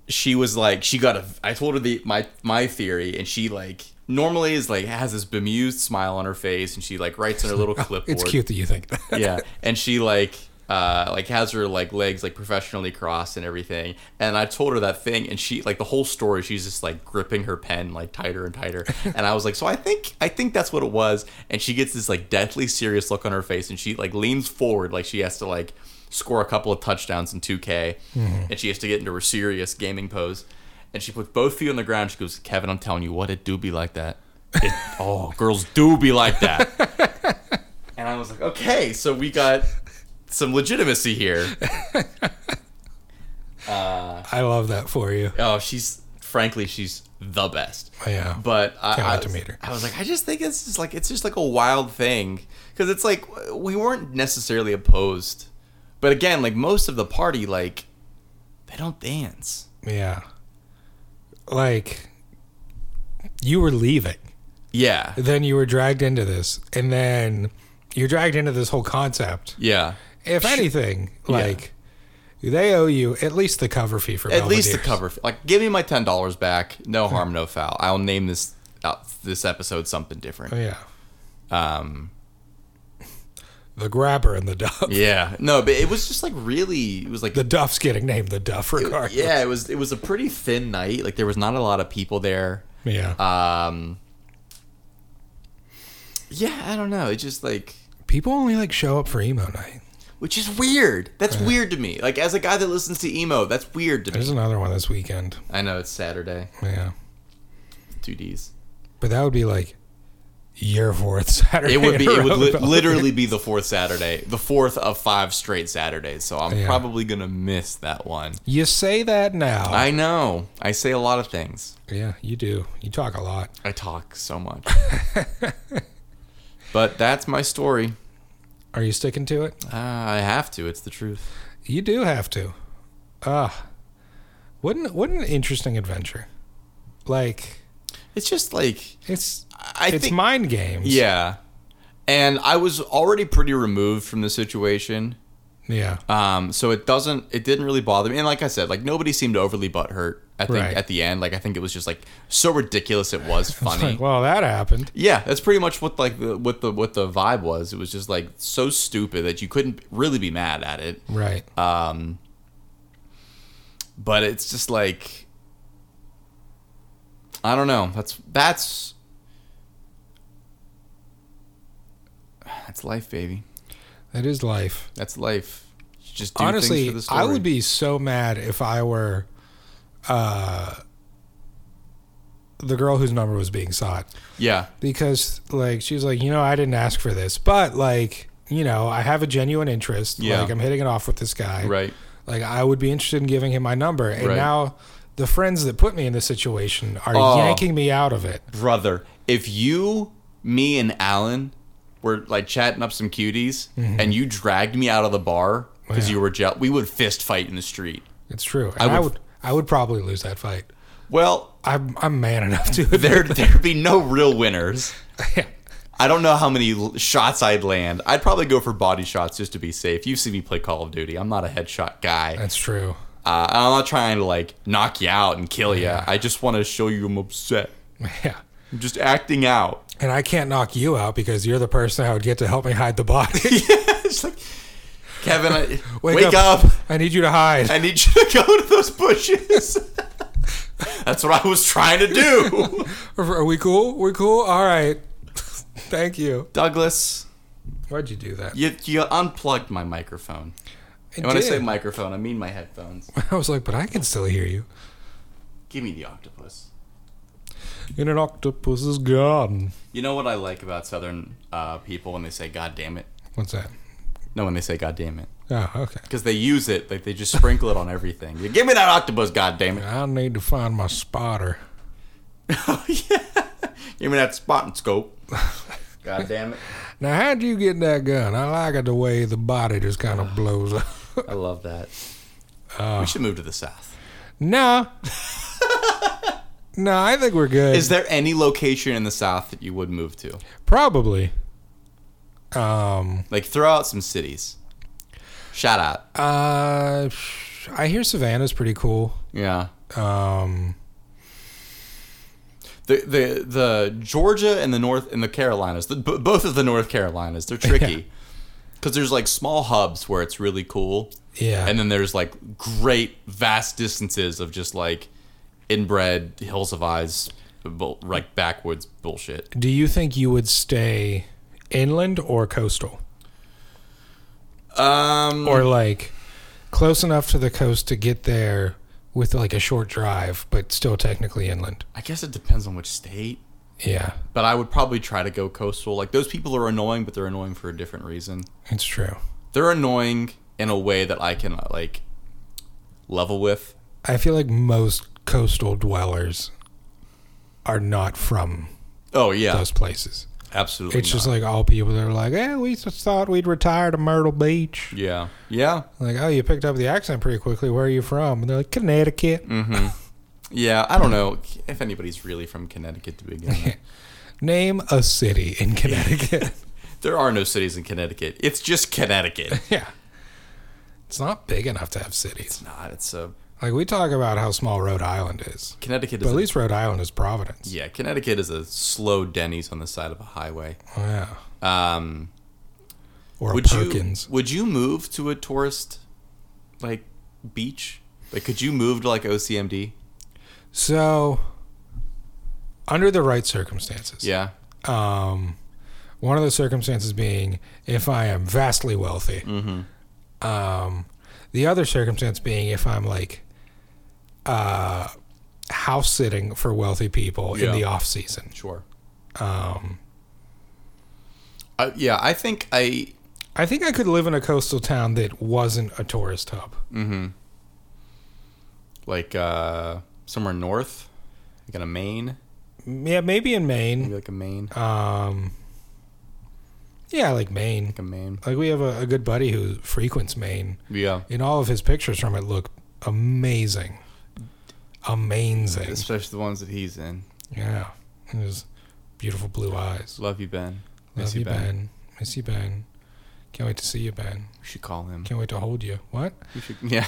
she was like, she got a. I told her the my my theory, and she like normally is like has this bemused smile on her face, and she like writes on her little clipboard.
It's cute that you think that.
yeah, and she like. Uh, like has her like legs like professionally crossed and everything and i told her that thing and she like the whole story she's just like gripping her pen like tighter and tighter and i was like so i think i think that's what it was and she gets this like deathly serious look on her face and she like leans forward like she has to like score a couple of touchdowns in 2K, and she has to get into her serious gaming pose. And she puts both feet on the ground. She goes, "Kevin, I'm telling you what, it do be like that. It, oh, girls do be like that." and I was like, "Okay, so we got some legitimacy here."
I love that for you.
Oh, she's frankly, she's the best.
Yeah.
But I,
Can't
I,
wait to
was-
meet her.
I was like, I just think it's just like it's just like a wild thing because it's like we weren't necessarily opposed, but again, like most of the party, like they don't dance.
yeah. Like you were leaving.
Yeah,
Then you were dragged into this. And then you're dragged into this whole concept.
yeah.
If anything, like they owe you at least the cover fee for
At least the
Belvedere's.
cover. Like, give me my ten dollars back. No harm, no foul. I'll name this out this episode something different. Um,
Yeah. Um. The grabber and the duff.
Yeah, no, but it was just like really. It was like
The duff's getting named the duff regardless.
yeah, it was it was a pretty thin night. Like there was not a lot of people there.
Yeah.
Um, yeah, I don't know. It's just like
People only like show up for emo night.
which is weird. That's weird to me. Like as a guy that listens to emo, that's weird to me.
There's another one this weekend.
I know it's Saturday.
Yeah.
Two D's.
But that would be like year fourth Saturday.
It would be.
in a
It would
row,
li-
though.
literally be the fourth Saturday, the fourth of five straight Saturdays. So I'm
Yeah.
probably gonna miss that one.
You say that now.
I know. I say a lot of things.
yeah, you do. You talk a lot.
I talk so much. but that's my story.
Are you sticking to it?
Uh, I have to. It's the truth.
You do have to. Ah, what an what an interesting adventure. Like
It's just like
it's
I
it's
think.
mind games.
yeah. And I was already pretty removed from the situation.
yeah.
Um, so it doesn't, it didn't really bother me. And like I said, like nobody seemed overly butthurt. I think
Right.
at the end, like I think it was just like so ridiculous it was funny.
Like, well, that happened.
yeah, that's pretty much what like the, what the what the vibe was. It was just like so stupid that you couldn't really be mad at it.
Right.
Uh, But it's just like I don't know. That's that's that's life, baby.
that is life.
That's life. You just do things
Honestly,
for the story.
I would be so mad if I were uh the girl whose number was being sought.
yeah.
because like she's like, you know, I didn't ask for this, but like, you know, I have a genuine interest.
Yeah.
Like I'm hitting it off with this guy.
Right.
Like I would be interested in giving him my number. And
Right.
now the friends that put me in this situation are
Oh.
yanking me out of it.
brother, if you, me, and Alan were like chatting up some cuties, and you dragged me out of the bar because
Mm-hmm. Oh, Yeah.
you were jealous, we would fist fight in the street.
It's true. And I would I
would-
would, probably lose that fight.
Well,
I'm I'm man enough to
there there'd be no real winners.
Yeah.
I don't know how many l- shots I'd land. I'd probably go for body shots just to be safe. You've seen me play Call of Duty. I'm not a headshot guy.
That's true.
Uh, I'm not trying to like knock you out and kill you. I just want to show you I'm upset.
Yeah.
I'm just acting out.
And I can't knock you out because you're the person I would get to help me hide the body.
it's like Kevin, I, wake,
Wake
up.
up. I need you to hide.
I need you to go to those bushes. That's what I was trying to do.
Are we cool? We're cool? All right. Thank you.
Douglas,
Why'd you do that?
you, you unplugged my microphone. And when I say
did.
microphone, I mean my headphones.
I was like, but I can still hear you.
Give me the octopus.
In an octopus's garden.
You know what I like about Southern uh, people when they say "God damn it"?
What's that?
No, when they say "God damn it,"
Oh, okay.
because they use it like they just sprinkle it on everything. You give me that octopus, God damn it!
I need to find my spotter.
Oh, yeah. Give me that spot and scope. God damn it!
Now, how'd you get that gun? I like it the way the body just kind of blows up.
I love that. we should move to the south.
nah. nah, I think we're good.
Is there any location in the South that you would move to?
Probably. Um,
Like, throw out some cities. Shout out.
uh, sh- I hear Savannah's pretty cool.
Yeah.
Um,
The, the the Georgia and the North and the Carolinas, the, b- both of the North Carolinas, they're tricky because there's like small hubs where it's really cool,
yeah.
and then there's like great vast distances of just like inbred hills of eyes, bull, like backwoods bullshit.
Do you think you would stay inland or coastal?
Um,
or like close enough to the coast to get there with like a short drive, but still technically inland.
I guess it depends on which state.
Yeah,
But I would probably try to go coastal. Like those people are annoying, but they're annoying for a different reason.
it's true.
They're annoying in a way that I can like level with.
I feel like most coastal dwellers are not from
Oh yeah,
those places.
absolutely.
It's just
not.
like all people that are like, "Yeah, we just thought we'd retire to Myrtle Beach."
yeah, yeah,
Like, "Oh, you picked up the accent pretty quickly. Where are you from?" And they're like, "Connecticut."
yeah. I don't know if anybody's really from Connecticut to begin with.
Name a city in Connecticut.
there are no cities in Connecticut. It's just Connecticut.
yeah, it's not big enough to have cities.
not. It's a
Like we talk about how small Rhode Island is.
Connecticut is
But at
a-
least Rhode Island is Providence.
yeah. Connecticut is a slow Denny's on the side of a highway.
Oh, Yeah.
Um,
Or
would
Perkins.
you would you move to a tourist like beach? Like, could you move to like OCMD?
So, under the right circumstances.
Yeah.
Um, one of the circumstances being if I am vastly wealthy,
Mm-hmm.
Um, the other circumstance being if I'm like uh, house sitting for wealthy people in
Yeah.
the off season.
Sure. Um. Uh, yeah, I think I.
I think I could live in a coastal town that wasn't a tourist hub.
like uh somewhere north like in a maine
Yeah, maybe in Maine.
maybe like a maine
Um, yeah, like Maine.
like a maine
Like we have a, a good buddy who frequents Maine,
yeah
and all of his pictures from it look amazing, amazing.
especially the ones that he's in
Yeah, and his beautiful blue eyes.
love you ben miss
Miss you, ben. Miss you, Ben. Can't wait to see you, Ben.
we should call him
Can't wait to hold you. What?
we should yeah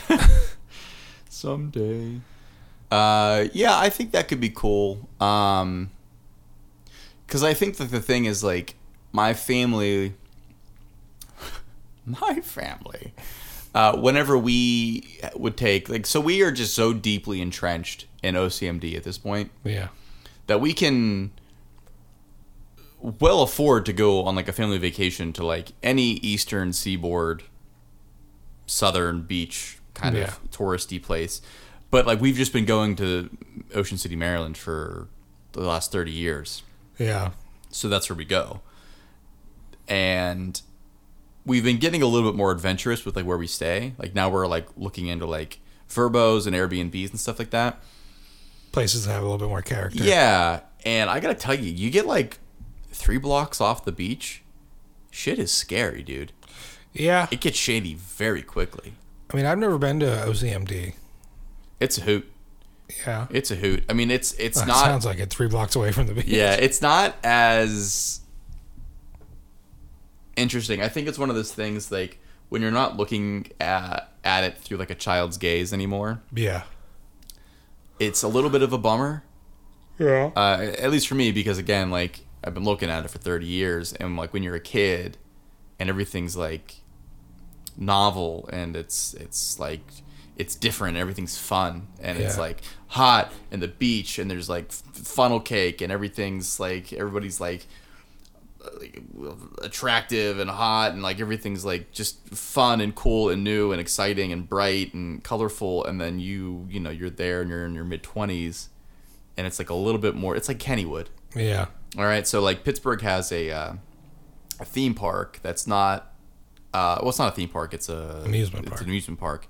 someday uh yeah i think that could be cool um because i think that the thing is like my family my family uh, whenever we would take like so we are just so deeply entrenched in ocmd at this point
Yeah.
that we can well afford to go on like a family vacation to like any eastern seaboard southern beach kind
Yeah.
of touristy place but like we've just been going to ocean city maryland for the last 30 years
Yeah.
so that's where we go and we've been getting a little bit more adventurous with like where we stay like now we're like looking into like verbos and airbnbs and stuff like that
Places that have a little bit more character.
yeah, and I gotta tell you, you get like three blocks off the beach. Shit is scary, dude.
Yeah.
It gets shady very quickly.
I mean, I've never been to OCMD.
It's a hoot.
Yeah.
It's a hoot. I mean, it's it's
That
not.
sounds like Ah, it. Three blocks away from the beach.
yeah, it's not as interesting. I think it's one of those things like when you're not looking at, at it through like a child's gaze anymore.
Yeah.
It's a little bit of a bummer.
Yeah.
uh, at least for me because again like i've been looking at it for 30 years and like when you're a kid and everything's like novel and it's it's like it's different everything's fun and it's
Yeah.
like hot and the beach and there's like f- funnel cake and everything's like everybody's like uh, like, attractive and hot and like everything's like just fun and cool and new and exciting and bright and colorful and then you you know you're there and you're in your mid 20s and it's like a little bit more it's like kennywood
yeah.
all right so like pittsburgh has a, uh, a theme park that's not uh, well it's not a theme park it's a
Amusement
it's
park.
an amusement park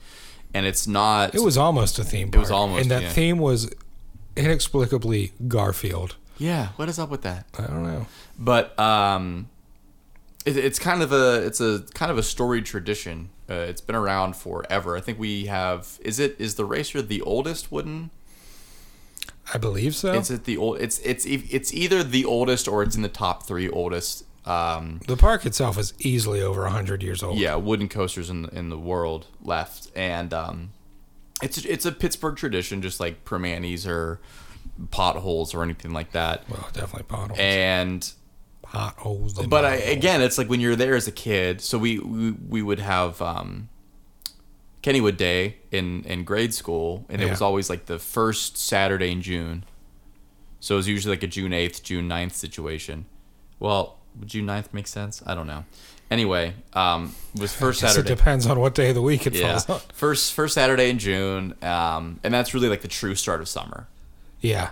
and it's not
It was almost a theme. Park,
It was almost,
and that
yeah.
theme was inexplicably Garfield.
yeah what is up with that
I don't know.
but um, it, it's kind of a it's a kind of a storied tradition. Uh, it's been around forever. I think we have is it is the racer the oldest wooden?
I believe so.
Is it the old? It's it's e- it's either the oldest or it's in the top three oldest. Um,
the park itself is easily over hundred years old.
yeah, wooden coasters in in the world left, and um, it's it's a Pittsburgh tradition, just like permanis or potholes or anything like that.
Well, definitely potholes.
And
potholes. and
But I,
potholes.
again, it's like when you're there as a kid. So we we, we would have um, Kennywood Day in in grade school, and it
Yeah.
was always like the first Saturday in June. So it was usually like a June eighth, June 9th situation. Well, would June 9th make sense? I don't know. Anyway, um, it was first
Guess
Saturday.
it depends on what day of the week it
Yeah,
falls on.
first first Saturday in June, um, and that's really like the true start of summer
Yeah.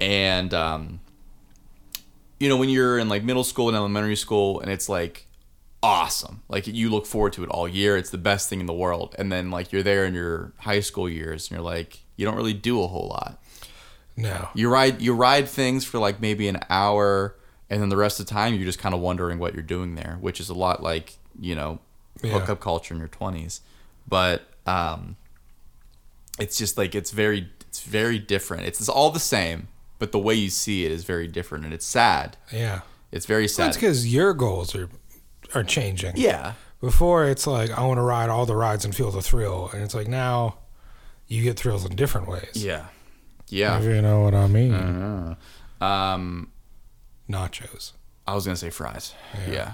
and um, you know when you're in like middle school and elementary school and it's like awesome like you look forward to it all year it's the best thing in the world and then like you're there in your high school years and you're like you don't really do a whole lot
No.
you ride you ride things for like maybe an hour and then the rest of the time you're just kind of wondering what you're doing there which is a lot like you know
Yeah.
hookup culture in your 20s but um it's just like it's very it's very different it's, it's all the same but the way you see it is very different and it's sad
Yeah.
it's very sad
That's because your goals are are changing.
yeah
Before it's like I want to ride all the rides and feel the thrill, and it's like now you get thrills in different ways.
yeah yeah
If you know what I mean.
um
Nachos,
i was gonna say fries yeah,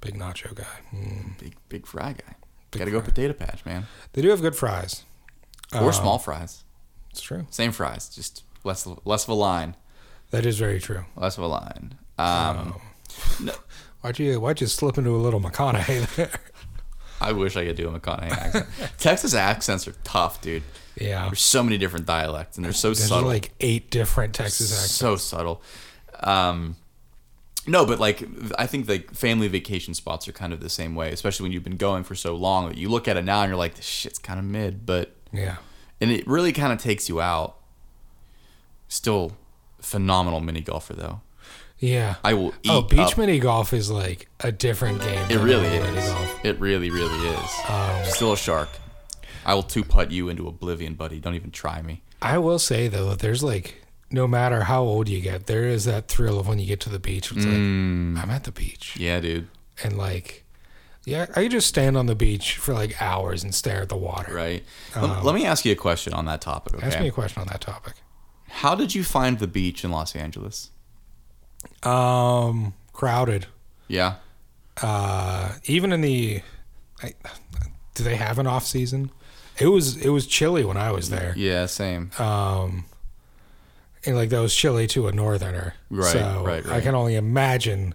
big nacho guy. Mm.
big big fry Um, guy gotta go potato patch man
They do have good fries.
or small fries
It's true.
same fries just less less of a line
That is very true.
Less of a line. Um,
Oh. Why'd you Why'd you slip into a little McConaughey there?
I wish I could do a McConaughey accent. Texas accents are tough, dude.
Yeah.
There's so many different dialects, and they're so
There's
subtle.
like eight different Texas accents.
so subtle. Um, no, but like I think like family vacation spots are kind of the same way, especially when you've been going for so long that you look at it now and you're like, this shit's kind of mid, but
Yeah.
and it really kind of takes you out. Still, phenomenal mini golfer though.
Yeah.
I will eat.
oh, beach
up-
mini golf is like a different game.
It
than
really
normal mini
is.
golf.
It really, really is.
Um,
Still a shark. I will two putt you into oblivion, buddy. Don't even try me.
I will say though that there's like no matter how old you get, there is that thrill of when you get to the beach. It's
Mm.
like I'm at the beach.
Yeah, dude.
and like yeah i could just stand on the beach for like hours and stare at the water
Right. Lem- let, me ask you a question on that topic. Okay.
Um, ask me a question on that topic
How did you find the beach in Los Angeles?
um crowded
Yeah.
uh even in the I, do they have an off season it was it was chilly when i was there
Yeah. Same.
Uh, and like that was chilly to a northerner
Right,
so
right, right.
i can only imagine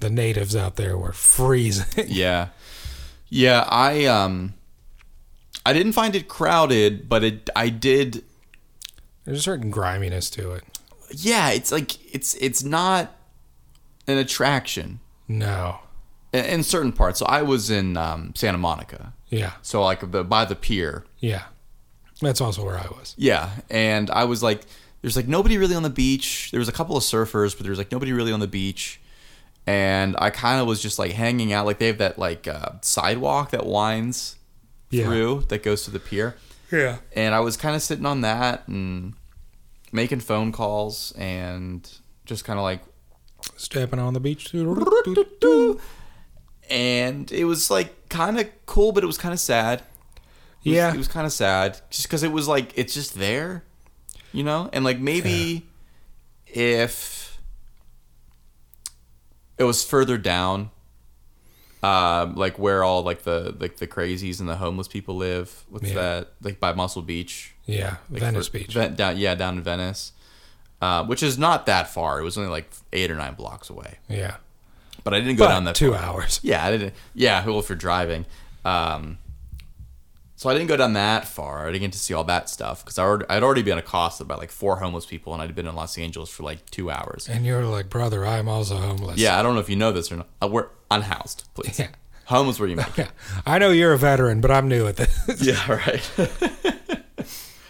the natives out there were freezing
yeah. Yeah. I um. I didn't find it crowded, but it. I did.
there's a certain griminess to it
Yeah. It's like it's it's not an attraction
no
in, in certain parts. So I was in um, Santa Monica.
yeah
So like the by the pier.
yeah that's also where i was
Yeah, and I was like, there's like nobody really on the beach. There was a couple of surfers, but there was like nobody really on the beach. And I kind of was just like hanging out. Like they have that like uh, sidewalk that winds
Yeah.
through that goes to the pier,
yeah
and I was kind of sitting on that and making phone calls and just kind of like
stepping on the beach
and it was like kind of cool, but it was kind of sad. It was-
Yeah.
it was kind of sad just because it was like it's just there, you know, and like maybe if it was further down, um, like where all like the like the crazies and the homeless people live. What's
Yeah.
that? Like by Muscle Beach,
Yeah,
like
Venice
for-
Beach.
Ven- down, yeah, down in Venice, uh, which is not that far. It was only like eight or nine blocks away,
yeah,
but I didn't go
But
down that
two
far.
hours.
Yeah, I didn't. Yeah, well, if you're driving, um, so I didn't go down that far. I didn't get to see all that stuff because I already, I'd already been accosted by like four homeless people, and I'd been in Los Angeles for like two hours.
And you're like, brother, I'm also homeless.
Yeah, I don't know if you know this or not. Uh, we're unhoused, please.
Yeah.
Home is where you make. it.
yeah. I know you're a veteran, but I'm new at this.
yeah, right.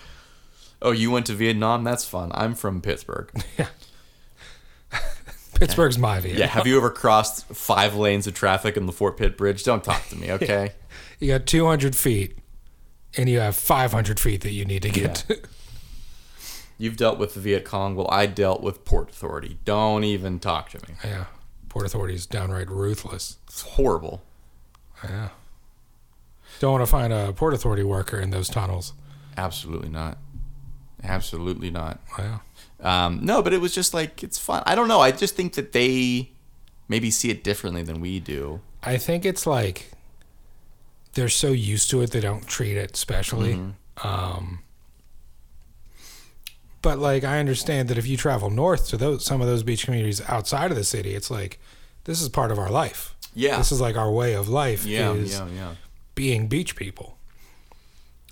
oh, you went to Vietnam? That's fun. I'm from Pittsburgh.
Pittsburgh's my view.
Yeah, have you ever crossed five lanes of traffic in the Fort Pitt Bridge? Don't talk to me, okay?
You got 200 feet, and you have 500 feet that you need to get. to.
You've dealt with the Viet Cong. Well, I dealt with Port Authority. Don't even talk to me.
yeah. Port Authority's downright ruthless.
It's horrible.
Yeah. Don't want to find a Port Authority worker in those tunnels.
Absolutely not. Absolutely not.
Wow.
Um, no, but it was just like it's fun. I don't know. I just think that they maybe see it differently than we do.
I think it's like they're so used to it they don't treat it specially. Um,
Mm-hmm.
but like I understand that if you travel north to those some of those beach communities outside of the city, it's like this is part of our life.
Yeah.
This is like our way of life
Yeah,
is
yeah, yeah.
being beach people.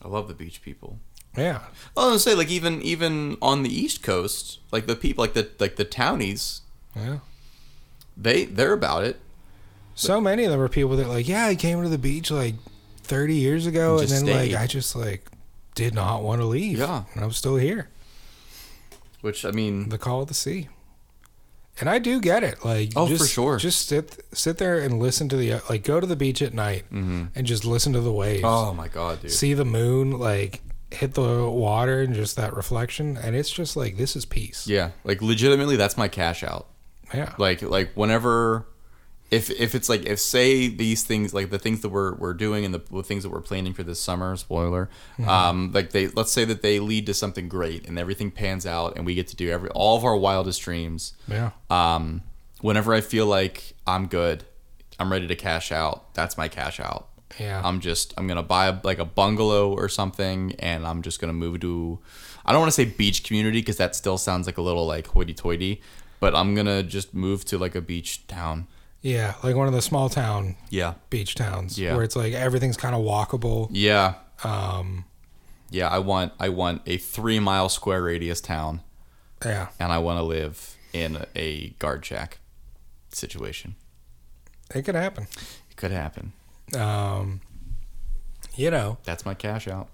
I love the beach people.
Yeah.
Well, I was gonna say like even even on the East Coast, like the people, like the like the townies,
Yeah.
they they're about it.
So many of them are people that like, yeah, I came to the beach like 30 years ago
And
and then
just stayed.
like I just like did not want to leave.
Yeah.
And I'm still here.
Which I mean,
the call of the sea. And I do get it. Like,
Oh, for
just,
sure.
Just sit sit there and listen to the like. Go to the beach at night and just listen to the waves.
Mm-hmm. oh my god, dude.
See the moon like hit the water and just that reflection. And it's just like this is peace.
Yeah, like legitimately, that's my cash out.
Yeah.
like like whenever if if it's like if say these things like the things that we're we're doing and the, the things that we're planning for this summer spoiler um like they let's say that they lead to something great and everything pans out and we get to do every all of our wildest dreams
yeah.
um whenever i feel like i'm good i'm ready to cash out that's my cash out
Yeah.
i'm just i'm gonna buy like a bungalow or something and i'm just gonna move to i don't want to say beach community because that still sounds like a little like hoity-toity but i'm gonna just move to like a beach town
Yeah, like one of the small town
Yeah.
beach towns
Yeah.
where it's like everything's kind of walkable.
Yeah. Um, yeah, I want I want a three mile square radius town,
Yeah,
and I want to live in a guard shack situation.
it could happen.
It could happen.
Um, you know,
That's my cash out.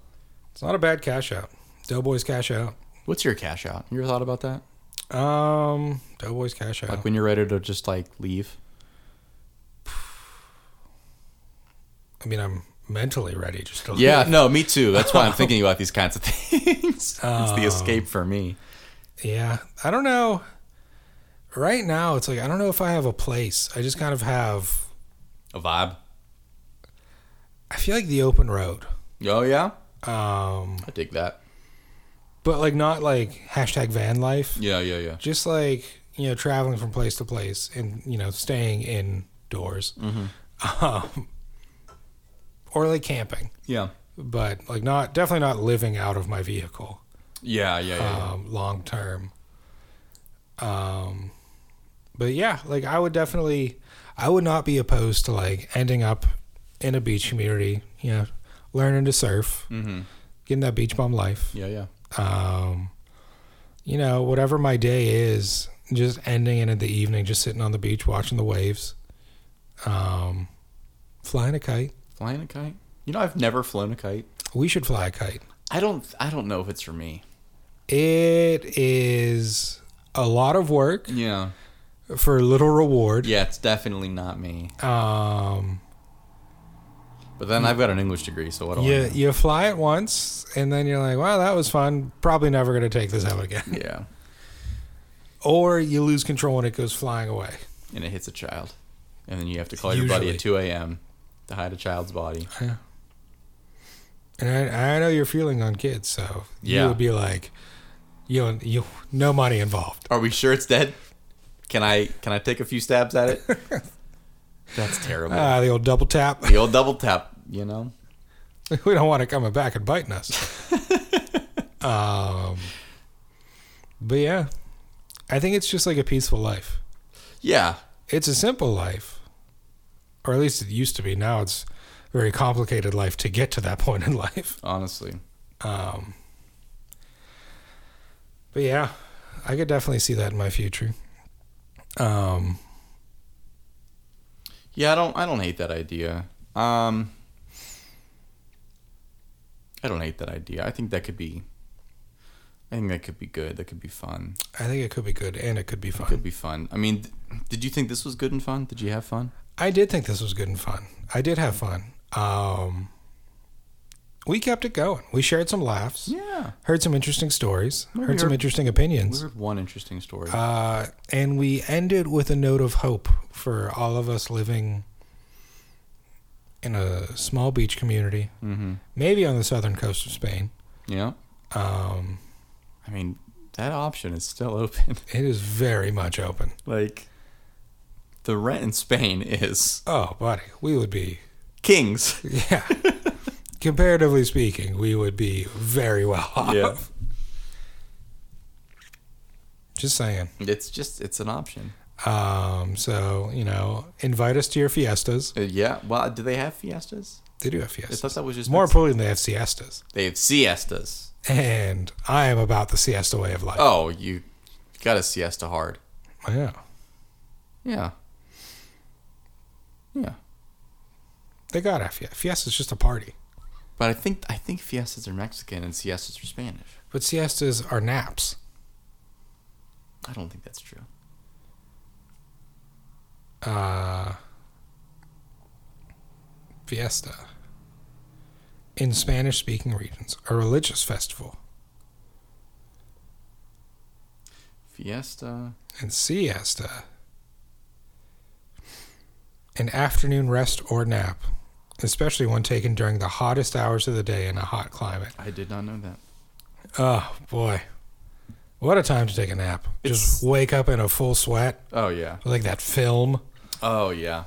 it's not a bad cash out. Doughboys cash out.
What's your cash out? You ever thought about that?
Um, Doughboys cash out.
Like when you're ready to just like leave.
I mean, I'm mentally ready just to
Yeah, no, me too. That's why I'm thinking about these kinds of things. it's the escape for me.
Yeah, I don't know. Right now, it's like I don't know if I have a place. I just kind of have.
A vibe.
I feel like the open road,
Oh yeah,
um,
I dig that.
but like not like hashtag van life.
Yeah, yeah, yeah.
Just like you know, traveling from place to place and you know, staying indoors, um, or like camping,
Yeah,
but like not definitely not living out of my vehicle
yeah, yeah, yeah. yeah.
um, long term. Um, but yeah, like I would definitely, I would not be opposed to like ending up in a beach community, you know, learning to surf, getting that beach bum life.
yeah, yeah.
Um, you know, whatever my day is, just ending it in the evening, just sitting on the beach watching the waves, um, flying a kite.
Flying a kite. You know, I've never flown a kite.
We should fly a kite.
I don't. I don't know if it's for me.
It is a lot of work
Yeah.
for little reward.
Yeah, it's definitely not me.
Um,
But then I've got an English degree, so what do
you
I know?
you fly it once, and then you're like, "Wow, that was fun. Probably never going to take this out again."
Yeah.
Or you lose control and it goes flying away.
And it hits a child, and then you have to call your buddy at two a.m. to hide a child's body.
And I, I know your feeling on kids, so
Yeah.
you would be like, "You you no money involved."
Are we sure it's dead? Can I can I take a few stabs at it? That's terrible.
Ah, the old double tap.
the old double tap, you know.
we don't want it coming back and biting us. um, but yeah, I think it's just like a peaceful life.
Yeah,
it's a simple life, or at least it used to be. Now it's a very complicated life to get to that point in life.
honestly.
Um, but yeah, I could definitely see that in my future. Um,
Yeah, I don't I don't hate that idea. Um I don't hate that idea. I think that could be I think that could be good. That could be fun.
I think it could be good and it could be fun.
Could be fun. I mean, th- did you think this was good and fun? Did you have fun?
I did think this was good and fun. I did have fun. Um, we kept it going. We shared some laughs,
Yeah.
heard some interesting stories,
We
heard some
heard-
interesting
We
opinions.
heard one interesting story.
Uh, and we ended with a note of hope for all of us living in a small beach community,
mm-hmm.
maybe on the southern coast of Spain.
Yeah.
Um,
I mean, that option is still open.
it is very much open.
like the rent in Spain is
Oh, buddy, we would be,
kings.
yeah. Comparatively speaking, we would be very well off.
Yeah.
Just saying.
It's just it's an option.
Um, so, you know, invite us to your fiestas.
Uh, yeah. Well, do they have fiestas?
They do have
I
fiestas.
thought that was just
More importantly, they have siestas.
They have siestas.
and I am about the siesta way of life. Oh,
Oh, you got a siesta hard.
Yeah,
Yeah. Yeah.
they got a fiesta. Fiesta's just a party,
But I think I think fiestas are Mexican and siestas are Spanish.
but siestas are naps.
I don't think that's true.
Uh, fiesta in Spanish-speaking regions, a religious festival,
Fiesta.
and siesta, an afternoon rest or nap, especially one taken during the hottest hours of the day in a hot climate.
I did not know that.
Oh boy. What a time to take a nap.
It's-
Just wake up in a full sweat,
Oh yeah.
like that film.
Oh yeah.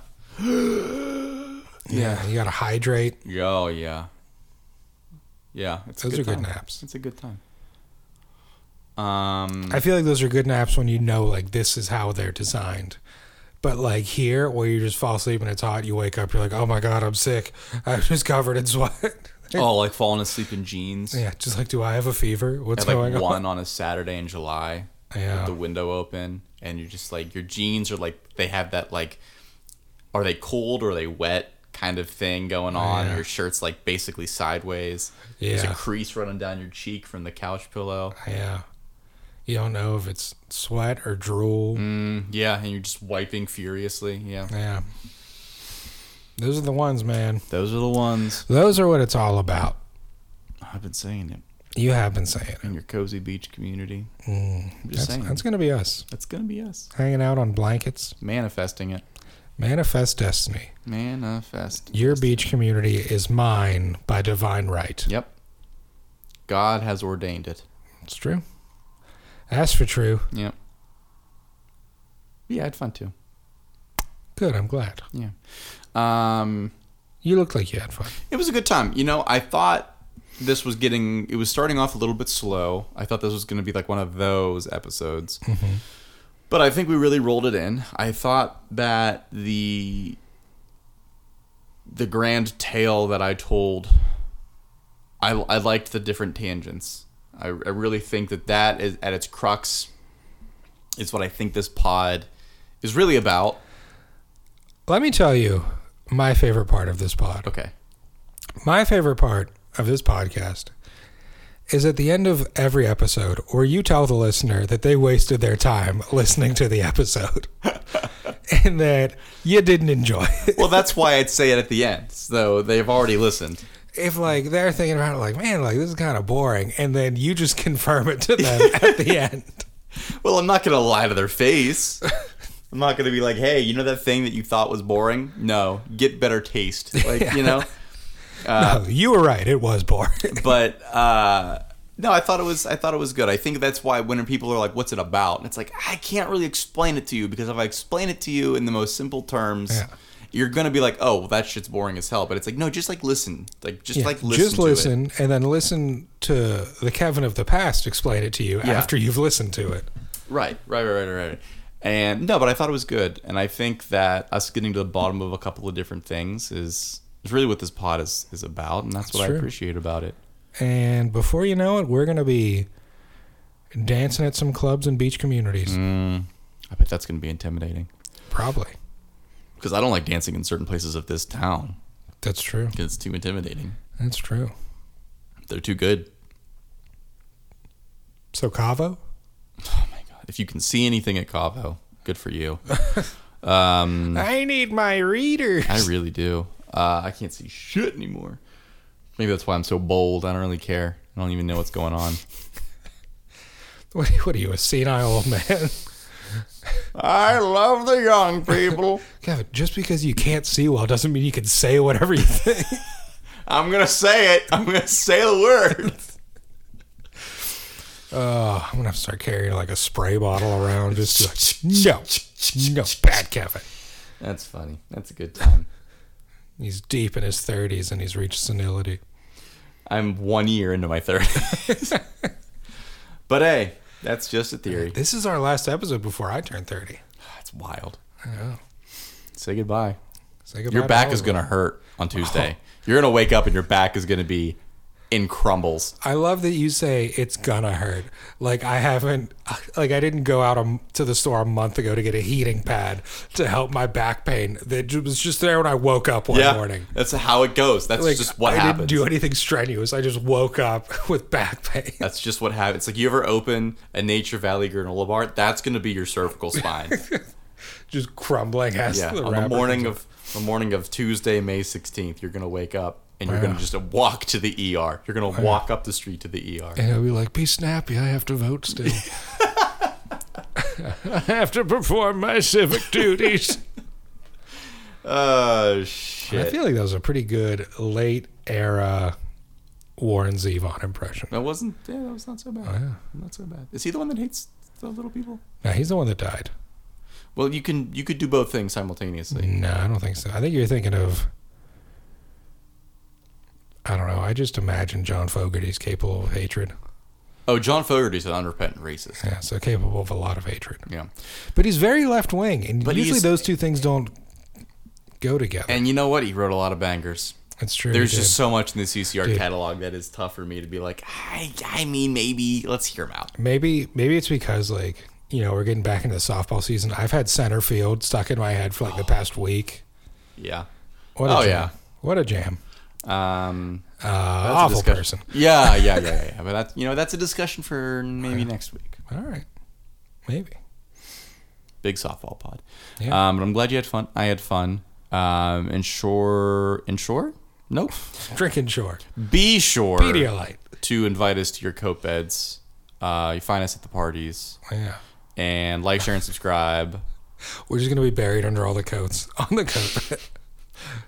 Yeah. you gotta hydrate.
Yeah, Oh yeah. Yeah. It's
Those
a
are
good
good
time.
naps.
It's a good time. Um.
I feel like those are good naps when you know like this is how they're designed. But like here, where you just fall asleep and it's hot, you wake up, you're like, oh my god, I'm sick. I'm just covered in sweat.
Oh, like falling asleep in jeans.
yeah, just like, do I have a fever? What's
at like
going on?
one on a Saturday in July
Yeah.
with the window open and you're just like your jeans are like they have that like are they cold or are they wet kind of thing going on. Your shirt's like basically sideways. There's a
Oh, Yeah.
crease running down your cheek from the couch pillow.
Yeah, you don't know if it's sweat or drool.
Mm. Yeah, and you're just wiping furiously. Yeah.
Yeah, those are the ones, man.
Those are the ones
Those are what it's all about.
I've been saying it
You have been saying it.
in your cozy beach community. I'm just
Mm, That's,
saying
that's gonna be us
that's gonna be us
hanging out on blankets,
manifesting it.
manifest destiny.
Manifest.
Your beach community is mine by divine right.
Yep. God has ordained it.
It's true. That's for true.
Yep. Yeah, I had fun too.
Good. I'm glad.
Yeah. Um,
You looked like you had fun.
it was a good time. You know, I thought this was getting, it was starting off a little bit slow. I thought this was going to be like one of those episodes. But I think we really rolled it in. I thought that the the grand tale that I told, I, I liked the different tangents. I, I really think that that is at its crux is what I think this pod is really about.
Let me tell you my favorite part of this pod.
Okay.
My favorite part of this podcast is at the end of every episode where you tell the listener that they wasted their time listening to the episode and that you didn't enjoy it.
well, that's why I'd say it at the end. So they've already listened.
If like they're thinking about it like, man, like this is kind of boring and then you just confirm it to them at the end.
Well, I'm not going to lie to their face. I'm not going to be like, hey, you know that thing that you thought was boring? No, get better taste. Like, you know?
no, you were right. It was boring.
But, uh,. No, I thought it was. I thought it was good. I think that's why when people are like, "What's it about?" and it's like, I can't really explain it to you because if I explain it to you in the most simple terms,
Yeah.
you're gonna be like, "Oh, well, that shit's boring as hell." But it's like, no, just like listen, like just
Yeah,
like listen,
just
to it.
listen and then listen to the Kevin of the past explain it to you after you've listened to it.
Right, right, right, right, right. And no, but I thought it was good, and I think that us getting to the bottom of a couple of different things is is really what this pod is is about, and that's, what
true.
I appreciate about it.
And before you know it, we're going to be dancing at some clubs and beach communities.
I bet that's going to be intimidating
Probably.
because I don't like dancing in certain places of this town
That's true.
because it's too intimidating.
That's true.
They're too good.
So, Cavo?
Oh my god! If you can see anything at Cavo, good for you.
I need my readers.
I really do. Uh, I can't see shit anymore. Maybe that's why I'm so bold. I don't really care. I don't even know what's going on.
What, what are you, a senile old man?
I love the young people.
Kevin, just because you can't see well doesn't mean you can say whatever you think.
I'm gonna say it. I'm gonna say the word.
Oh, I'm going to have to start carrying like a spray bottle around. Just like, no, no, bad Kevin.
That's funny. That's a good time.
He's deep in his 30s and he's reached senility.
I'm one year into my thirties. but hey, that's just a theory.
This is our last episode before I turn 30.
That's wild.
I know.
Say goodbye.
Say goodbye
Your
to
back
all
is
of
gonna hurt on Tuesday. You're gonna wake up and your back is gonna be in crumbles.
I love that you say it's gonna hurt. Like I haven't, like I didn't go out a, to the store a month ago to get a heating pad to help my back pain that ju- was just there when I woke up one
Yeah,
morning.
that's how it goes. That's
Like
just what
I
happens.
didn't do anything strenuous. I just woke up with back pain.
that's just what happens. It's like you ever open a Nature Valley granola bar, that's gonna be your cervical spine.
Just crumbling as
Yeah,
the
on the
wrapper
morning
comes
of the morning of Tuesday, May sixteenth, you're gonna wake up and you're gonna just walk to the ER. You're gonna walk up the street to the ER.
up. And I'll be like, "Be snappy! I have to vote still. I have to perform my civic duties."
Oh
I
shit!
feel like that was a pretty good late era Warren Zevon impression.
that wasn't. Yeah, that was not so bad.
Oh, yeah.
Not so bad. Is he the one that hates the little people?
No, he's the one that died.
Well, you can you could do both things simultaneously.
No, I don't think so. I think you're thinking of. I don't know. I just imagine John Fogerty's capable of hatred.
Oh, John Fogerty's an unrepentant racist.
Yeah, so capable of a lot of hatred.
Yeah.
But he's very left wing, and
But
usually
he's-
those two things don't go together.
And you know what? He wrote a lot of bangers.
That's true.
There's
he did.
just so much in the CCR
Dude.
catalog that is tough for me to be like, I, I mean, maybe let's hear him out.
maybe maybe it's because like you know we're getting back into the softball season. I've had center field stuck in my head for like the past week.
Yeah.
What a
Oh,
jam.
yeah.
what a jam.
Um,
Uh,
that's a
awful
discussion-
person.
Yeah, yeah, yeah, yeah. But that's you know that's a discussion for maybe next week.
All right, maybe.
Big softball pod.
Yeah.
Um, but I'm glad you had fun. I had fun. Um, ensure, ensure. Nope.
Drinking short.
Be sure
Pedialyte.
to invite us to your cope beds. Uh, you find us at the parties
Yeah.
and like, share, and subscribe.
We're just gonna be buried under all the coats on the coat,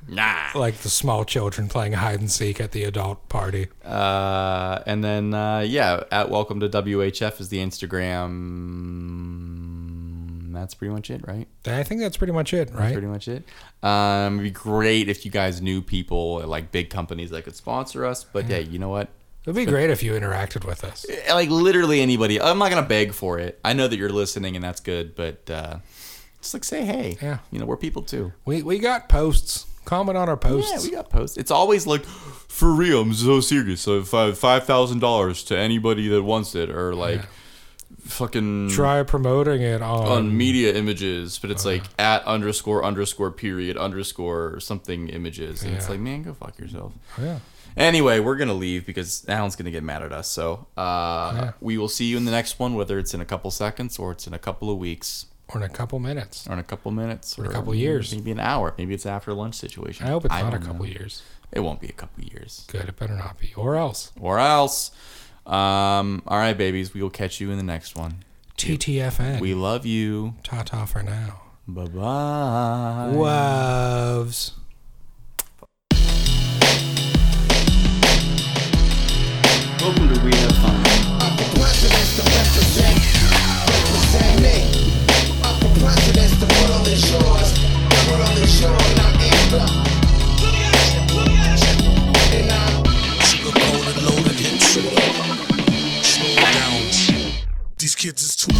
Nah.
like the small children playing hide and seek at the adult party.
Uh, and then uh, yeah, at welcome to WHF is the Instagram. That's pretty much it, right?
I think that's pretty much it, right?
Pretty much it. Um, it'd be great if you guys knew people at, like big companies that could sponsor us. But hey, you know what?
It'd be great if you interacted with us.
Eh, Like literally anybody. I'm not gonna beg for it. I know that you're listening and that's good, but uh, just like say hey.
Yeah.
You know we're people too.
We we got posts. Comment on our posts.
Yeah, we got posts. It's always like, for real, I'm so serious. So five five thousand dollars to anybody that wants it, or like, fucking
Try promoting it on,
on media images, but it's
Oh,
like at underscore underscore period underscore something images, and it's
Yeah.
like, man, go fuck yourself.
Yeah.
Anyway, we're gonna leave because Alan's gonna get mad at us. So uh, we will see you in the next one, whether it's in a couple seconds or it's in a couple of weeks
or in a couple minutes.
or in a couple minutes or
a couple years.
maybe an hour, maybe it's after lunch situation.
I hope it's not a
don't
couple
know.
years.
It won't be a couple years.
Good, it better not be. Or else.
or else. Um, all right, babies, we will catch you in the next one.
TTFN.
We love you.
ta ta for now.
Bye bye.
Woves.
Welcome to We Have Fun.
These kids is too